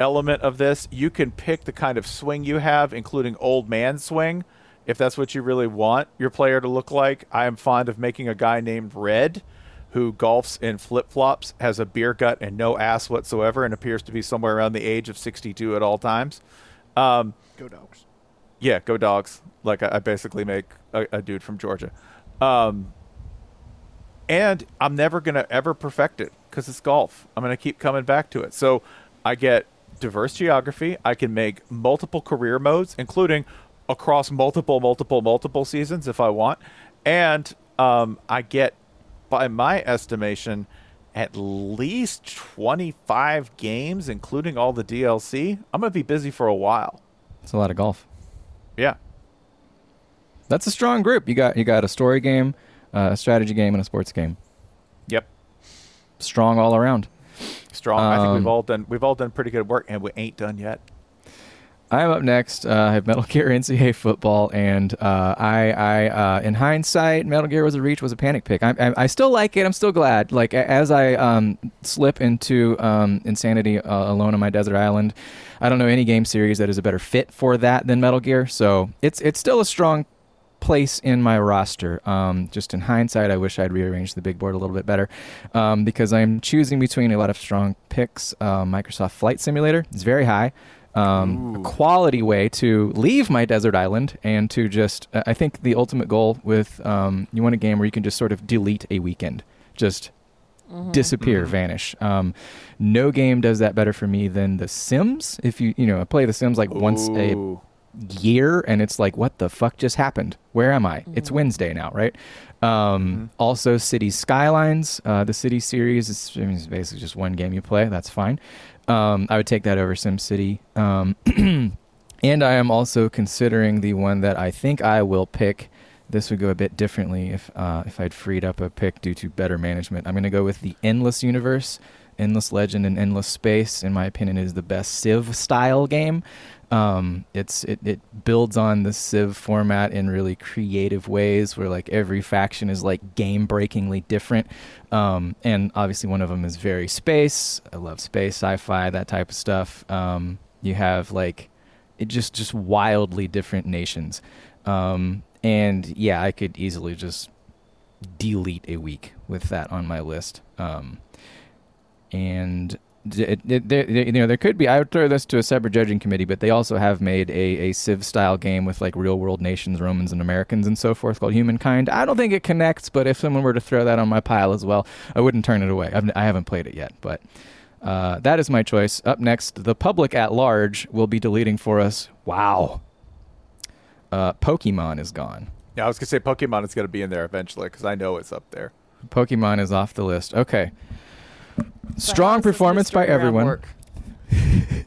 C: element of this, you can pick the kind of swing you have, including old man swing, if that's what you really want your player to look like. I am fond of making a guy named Red who golfs in flip flops, has a beer gut and no ass whatsoever, and appears to be somewhere around the age of 62 at all times. Um,
F: Go dogs.
C: yeah, go dogs. Like I, I basically make a, a dude from Georgia. Um, and I'm never going to ever perfect it because it's golf. I'm going to keep coming back to it. So I get diverse geography. I can make multiple career modes, including across multiple, multiple, multiple seasons if I want. And um, I get, by my estimation, at least 25 games, including all the DLC. I'm going to be busy for a while.
A: It's a lot of golf.
C: Yeah.
A: That's a strong group. You got you got a story game, uh, a strategy game, and a sports game.
C: Yep.
A: Strong all around.
C: strong. I think we've
A: Um,
C: all done we've all done pretty good work, and we ain't done yet.
A: I'm up next. Uh, I have Metal Gear NCAA Football, and uh, I, I, uh, in hindsight, Metal Gear was a reach, was a panic pick. I, I, I still like it. I'm still glad. Like a- as I um, slip into um, insanity uh, alone on my desert island, I don't know any game series that is a better fit for that than Metal Gear. So it's it's still a strong place in my roster. Um, just in hindsight, I wish I'd rearranged the big board a little bit better um, because I'm choosing between a lot of strong picks. Uh, Microsoft Flight Simulator is very high. Um, a quality way to leave my desert island and to just, uh, I I think the ultimate goal with um, you want a game where you can just sort of delete a weekend. Just disappear, vanish. Um, no game does that better for me than The Sims. If you you know, I play The Sims like once a year, and it's like, what the fuck just happened? Where am I? It's Wednesday now, right? Um, Also, City Skylines, uh, the City series is I mean, it's basically just one game you play. That's fine. Um, I would take that over SimCity. Um, and I am also considering the one that I think I will pick. This would go a bit differently if uh, if I'd freed up a pick due to better management. I'm going to go with the Endless Universe, Endless Legend, and Endless Space. In my opinion, is the best Civ style game. Um, it's it, it builds on the Civ format in really creative ways, where like every faction is like game breakingly different. Um, and obviously, one of them is very space. I love space, sci-fi, that type of stuff. Um, you have like it just just wildly different nations um and yeah i could easily just delete a week with that on my list um and d- it, it, there, there- you know there could be i would throw this to a separate judging committee but they also have made a, a civ style game with like real world nations romans and americans and so forth called humankind i don't think it connects but if someone were to throw that on my pile as well i wouldn't turn it away I've, n- i haven't played it yet but uh, that is my choice. Up next, the public at large will be deleting for us. Wow. Uh, Pokemon is gone.
C: Yeah, I was gonna say Pokemon is gonna be in there eventually because I know it's up there.
A: Pokemon is off the list. Okay.
B: So how
A: Strong
B: does this
A: performance by
B: histogram
A: everyone.
B: work?
A: The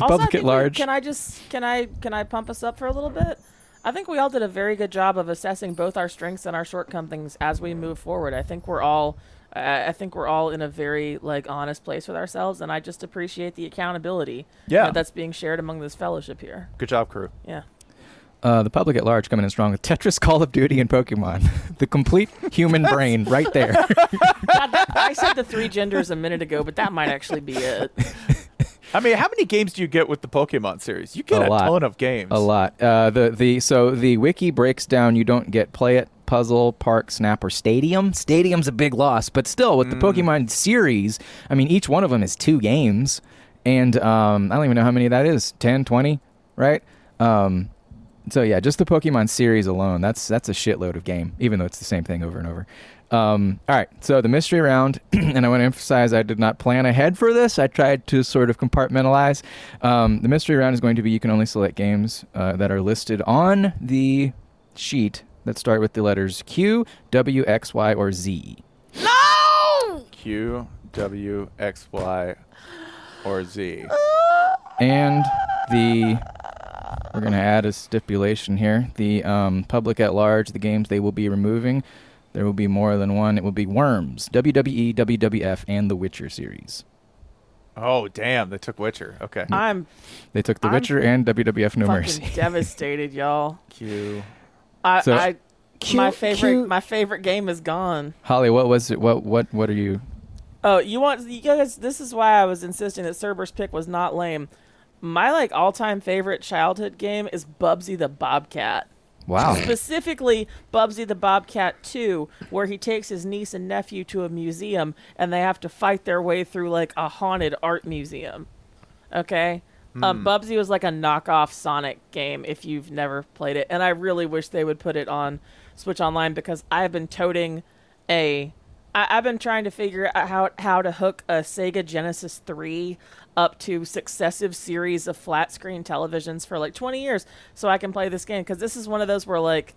B: Also, I
A: public
B: think
A: at
B: we-
A: large.
B: Can I just can I can I pump us up for a little bit? I think we all did a very good job of assessing both our strengths and our shortcomings as we move forward. I think we're all uh, I think we're all in a very like honest place with ourselves, and I just appreciate the accountability you know,
C: Yeah.
B: that's being shared among this fellowship here.
C: Good job, crew.
B: Yeah.
A: uh, the public at large coming in strong with Tetris, Call of Duty, and Pokemon. the complete human brain right there.
B: I said the three genders a minute ago, but that might actually be it.
C: I mean, how many games do you get with the Pokemon series? You get
A: A
C: a,
A: lot.
C: ton of games.
A: A lot. Uh, the the so the wiki breaks down. You don't get play it, puzzle, park, snap, or stadium. Stadium's a big loss, but still with the Pokemon series, I mean, each one of them is two games, and um, I don't even know how many that is 10, 20, right? Um, so yeah, just the Pokemon series alone, that's that's a shitload of game, even though it's the same thing over and over. Um, all right, so the mystery round, and I want to emphasize I did not plan ahead for this. I tried to sort of compartmentalize. Um, the mystery round is going to be you can only select games uh, that are listed on the sheet that start with the letters Q, W, X, Y, or Z.
C: Q, W, X, Y, or Z.
A: And the We're going to add a stipulation here. The um, public at large, the games they will be removing, there will be more than one. It will be Worms, E, WWE, WWF, and The Witcher series.
C: Oh, damn. They took Witcher. Okay.
B: I'm
A: They took The
B: I'm
A: Witcher and WWF No
B: fucking
A: Mercy.
B: devastated, y'all.
C: Q.
B: I,
A: So-
B: I my
D: Cute-
B: favorite
D: cute-
B: my favorite game is gone.
A: Holly, what was it? What what what are you?
B: Oh, you want you guys? This is why I was insisting that Cerberus pick was not lame. My like all time favorite childhood game is Bubsy the Bobcat.
A: Wow.
B: Specifically, Bubsy the Bobcat 2, where he takes his niece and nephew to a museum and they have to fight their way through like a haunted art museum. Okay? Um, Bubsy was like a knockoff Sonic game if you've never played it. And I really wish they would put it on Switch Online because I've been toting a. I, I've been trying to figure out how, how to hook a Sega Genesis 3 up to successive series of flat screen televisions for like 20 years so I can play this game because this is one of those where like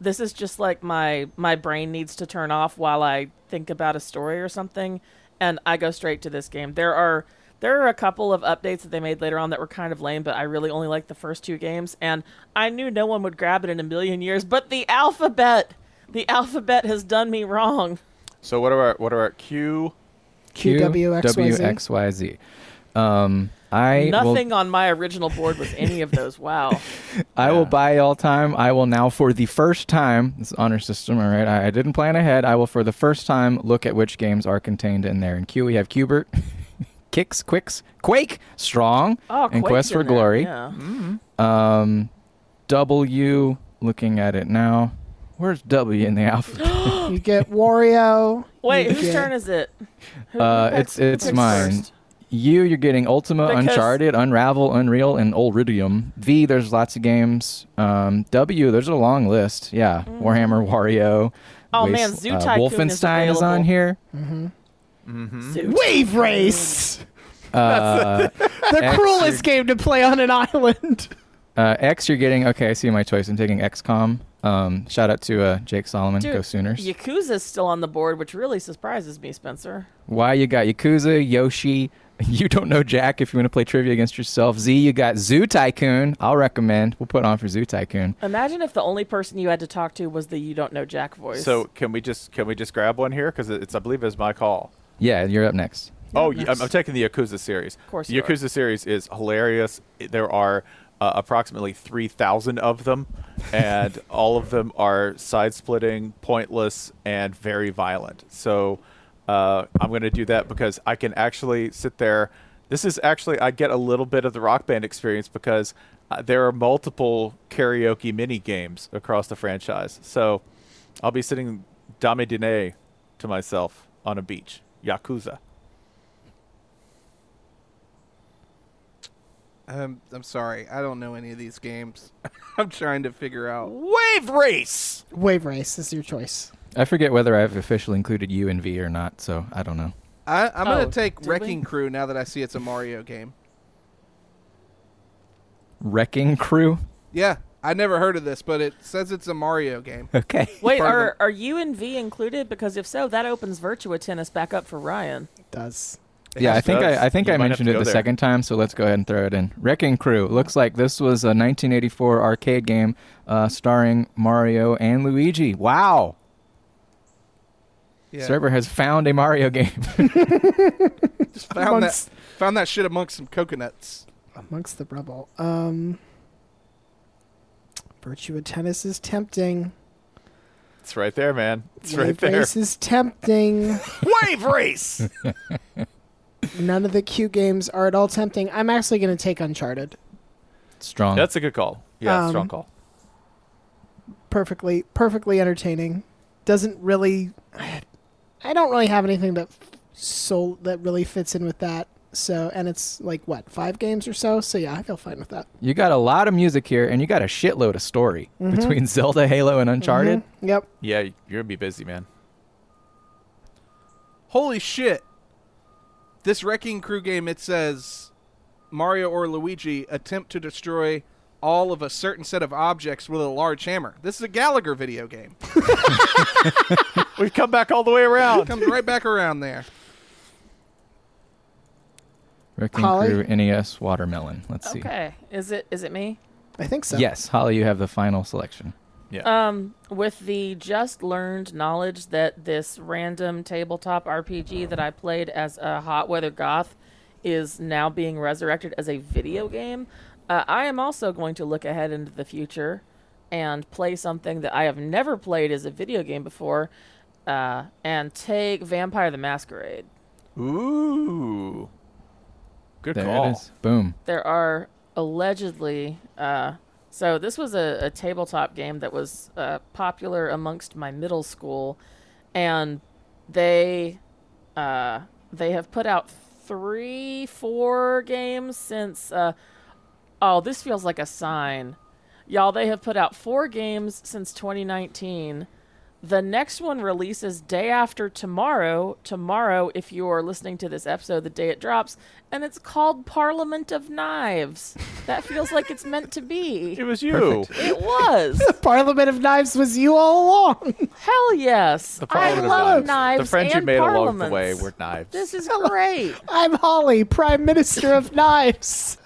B: this is just like my my brain needs to turn off while I think about a story or something, and I go straight to this game. There are there are a couple of updates that they made later on that were kind of lame, but I really only liked the first two games, and I knew no one would grab it in a million years. But the alphabet, the alphabet has done me wrong.
C: So what are our what are our Q?
D: QWXYZ.
A: QWXYZ. Um, I will
B: Nothing on my original board was any of those. Wow.
A: I will buy all time. I will now, for the first time, this is honor system. All right, I, I didn't plan ahead. I will, for the first time, look at which games are contained in there. In Q, we have Cubert, Kicks, Quicks, Quake, Strong,
B: Oh,
A: and
B: Quake's
A: Quest for
B: in there,
A: Glory. Mm-hmm.
B: yeah.
A: Um, W. Looking at it now, where's W in the alphabet?
D: You get Wario.
B: Wait,
D: you
B: whose
D: get-
B: turn is it? Who- who
A: Uh,
B: picks-
A: it's-
B: who
A: it's
B: picks
A: mine.
B: first?
A: U, you're getting Ultima,
B: Because-
A: Uncharted, Unravel, Unreal, and Olridium. V, there's lots of games. Um, w, there's a long list. Yeah, Warhammer, Wario.
B: Mm. Oh, man, Zoo
A: uh,
B: Tycoon is
A: Wolfenstein is, on
B: available.
A: here. Mm-hmm.
B: Zoot.
D: Wave Race.
A: Uh,
D: The
A: X,
D: cruelest game to play on an island.
A: uh, X, you're getting. Okay, I see my choice. I'm taking XCOM. Um, shout out to uh, Jake Solomon.
B: Dude,
A: Go Sooners.
B: Yakuza's still on the board, which really surprises me, Spencer.
A: Why you got Yakuza, Yoshi. You don't know Jack if you want to play trivia against yourself. Z, you got Zoo Tycoon. I'll recommend. We'll put on for Zoo Tycoon.
B: Imagine if the only person you had to talk to was the you don't know Jack voice.
C: So can we just can we just grab one here because it's I believe it's my call.
A: Yeah, you're up next.
C: Oh, y- I'm, I'm taking the Yakuza series. Of
B: course
C: the
B: you are.
C: Yakuza series is hilarious. I- There are uh, approximately 3,000 of them, and all of them are side splitting, pointless, and very violent. So uh, I'm going to do that because I can actually sit there. This is actually, I get a little bit of the rock band experience because uh, there are multiple karaoke mini games across the franchise. So I'll be sitting Dame Dine to myself on a beach. Yakuza.
F: Um, I'm sorry, I don't know any of these games. I'm trying to figure out.
C: Wave race.
D: Wave Race is your choice.
A: I forget whether I've officially included U and V or not, so I don't know.
F: I, I'm
B: Oh,
F: gonna take
B: did we?
F: Wrecking Crew now that I see it's a Mario game.
A: Wrecking Crew.
F: Yeah, I never heard of this, but it says it's a Mario game.
A: Okay.
B: Wait,
F: part of
B: are, are you and V included? Because if so, that opens Virtua Tennis back up for Ryan.
D: It does.
A: Yeah, I think
C: does.
A: I, I think
C: You
A: I
C: might have
A: mentioned
C: to
A: it
C: go
A: the
C: there.
A: second time, so let's go ahead and throw it in. Wrecking Crew looks like this was a 1984 arcade game uh, starring Mario and Luigi. Wow,
F: Yeah,
A: server has found a Mario game.
F: just found that
D: Amongst-
F: found that shit amongst some coconuts.
D: Amongst the rubble. Um, Virtua Tennis is tempting.
C: It's right there, man. It's
D: Wave
C: right there.
D: Race is tempting.
E: Wave race.
D: None of the Q games are at all tempting. I'm actually going to take Uncharted.
A: Strong.
C: That's a good call. Yeah,
D: Um,
C: strong call.
D: Perfectly, perfectly entertaining. Doesn't really. I don't really have anything that so that really fits in with that. So, and it's like what five games or so. So yeah, I feel fine with that.
A: you got a lot of music here, and you got a shitload of story
C: Mm-hmm.
A: between Zelda, Halo, and Uncharted.
D: Yep.
C: Yeah, y- you're gonna be busy, man.
F: Holy shit! This Wrecking Crew game it says Mario or Luigi attempt to destroy all of a certain set of objects with a large hammer. This is a Gallagher video game.
C: We've come back all the way
E: Oh,
C: around.
F: Comes right back around there.
A: Wrecking
D: Holly?
C: Mm-hmm.
A: Crew NES E Watermelon. Let's see.
B: Okay. Is it is it me?
D: I think so.
A: Yes, Holly, you have the final selection.
B: Um, with the just learned knowledge that this random tabletop RPG that I played as a hot weather goth is now being resurrected as a video game, uh, I am also going to look ahead into the future and play something that I have never played as a video game before, uh, and take Vampire the Masquerade.
C: Ooh. Good
A: There
C: call.
A: it is. Boom.
B: there are allegedly uh, so this was a, a tabletop game that was uh, popular amongst my middle school and they uh, they have put out three four games since uh, oh this feels like a sign y'all they have put out four games since 2019 the next one releases day after tomorrow. Tomorrow, if you are listening to this episode, the day it drops, and it's called Parliament of Knives. That feels like it's meant to
C: It
B: be.
C: was you.
B: It was.
D: Parliament of Knives was you all along.
B: Hell yes. I
C: Parliament of
B: love knives.
C: The friends you
B: and
C: made along
B: parliaments.
C: the way were knives.
B: This is great.
D: I'm Holly, Prime Minister of Knives.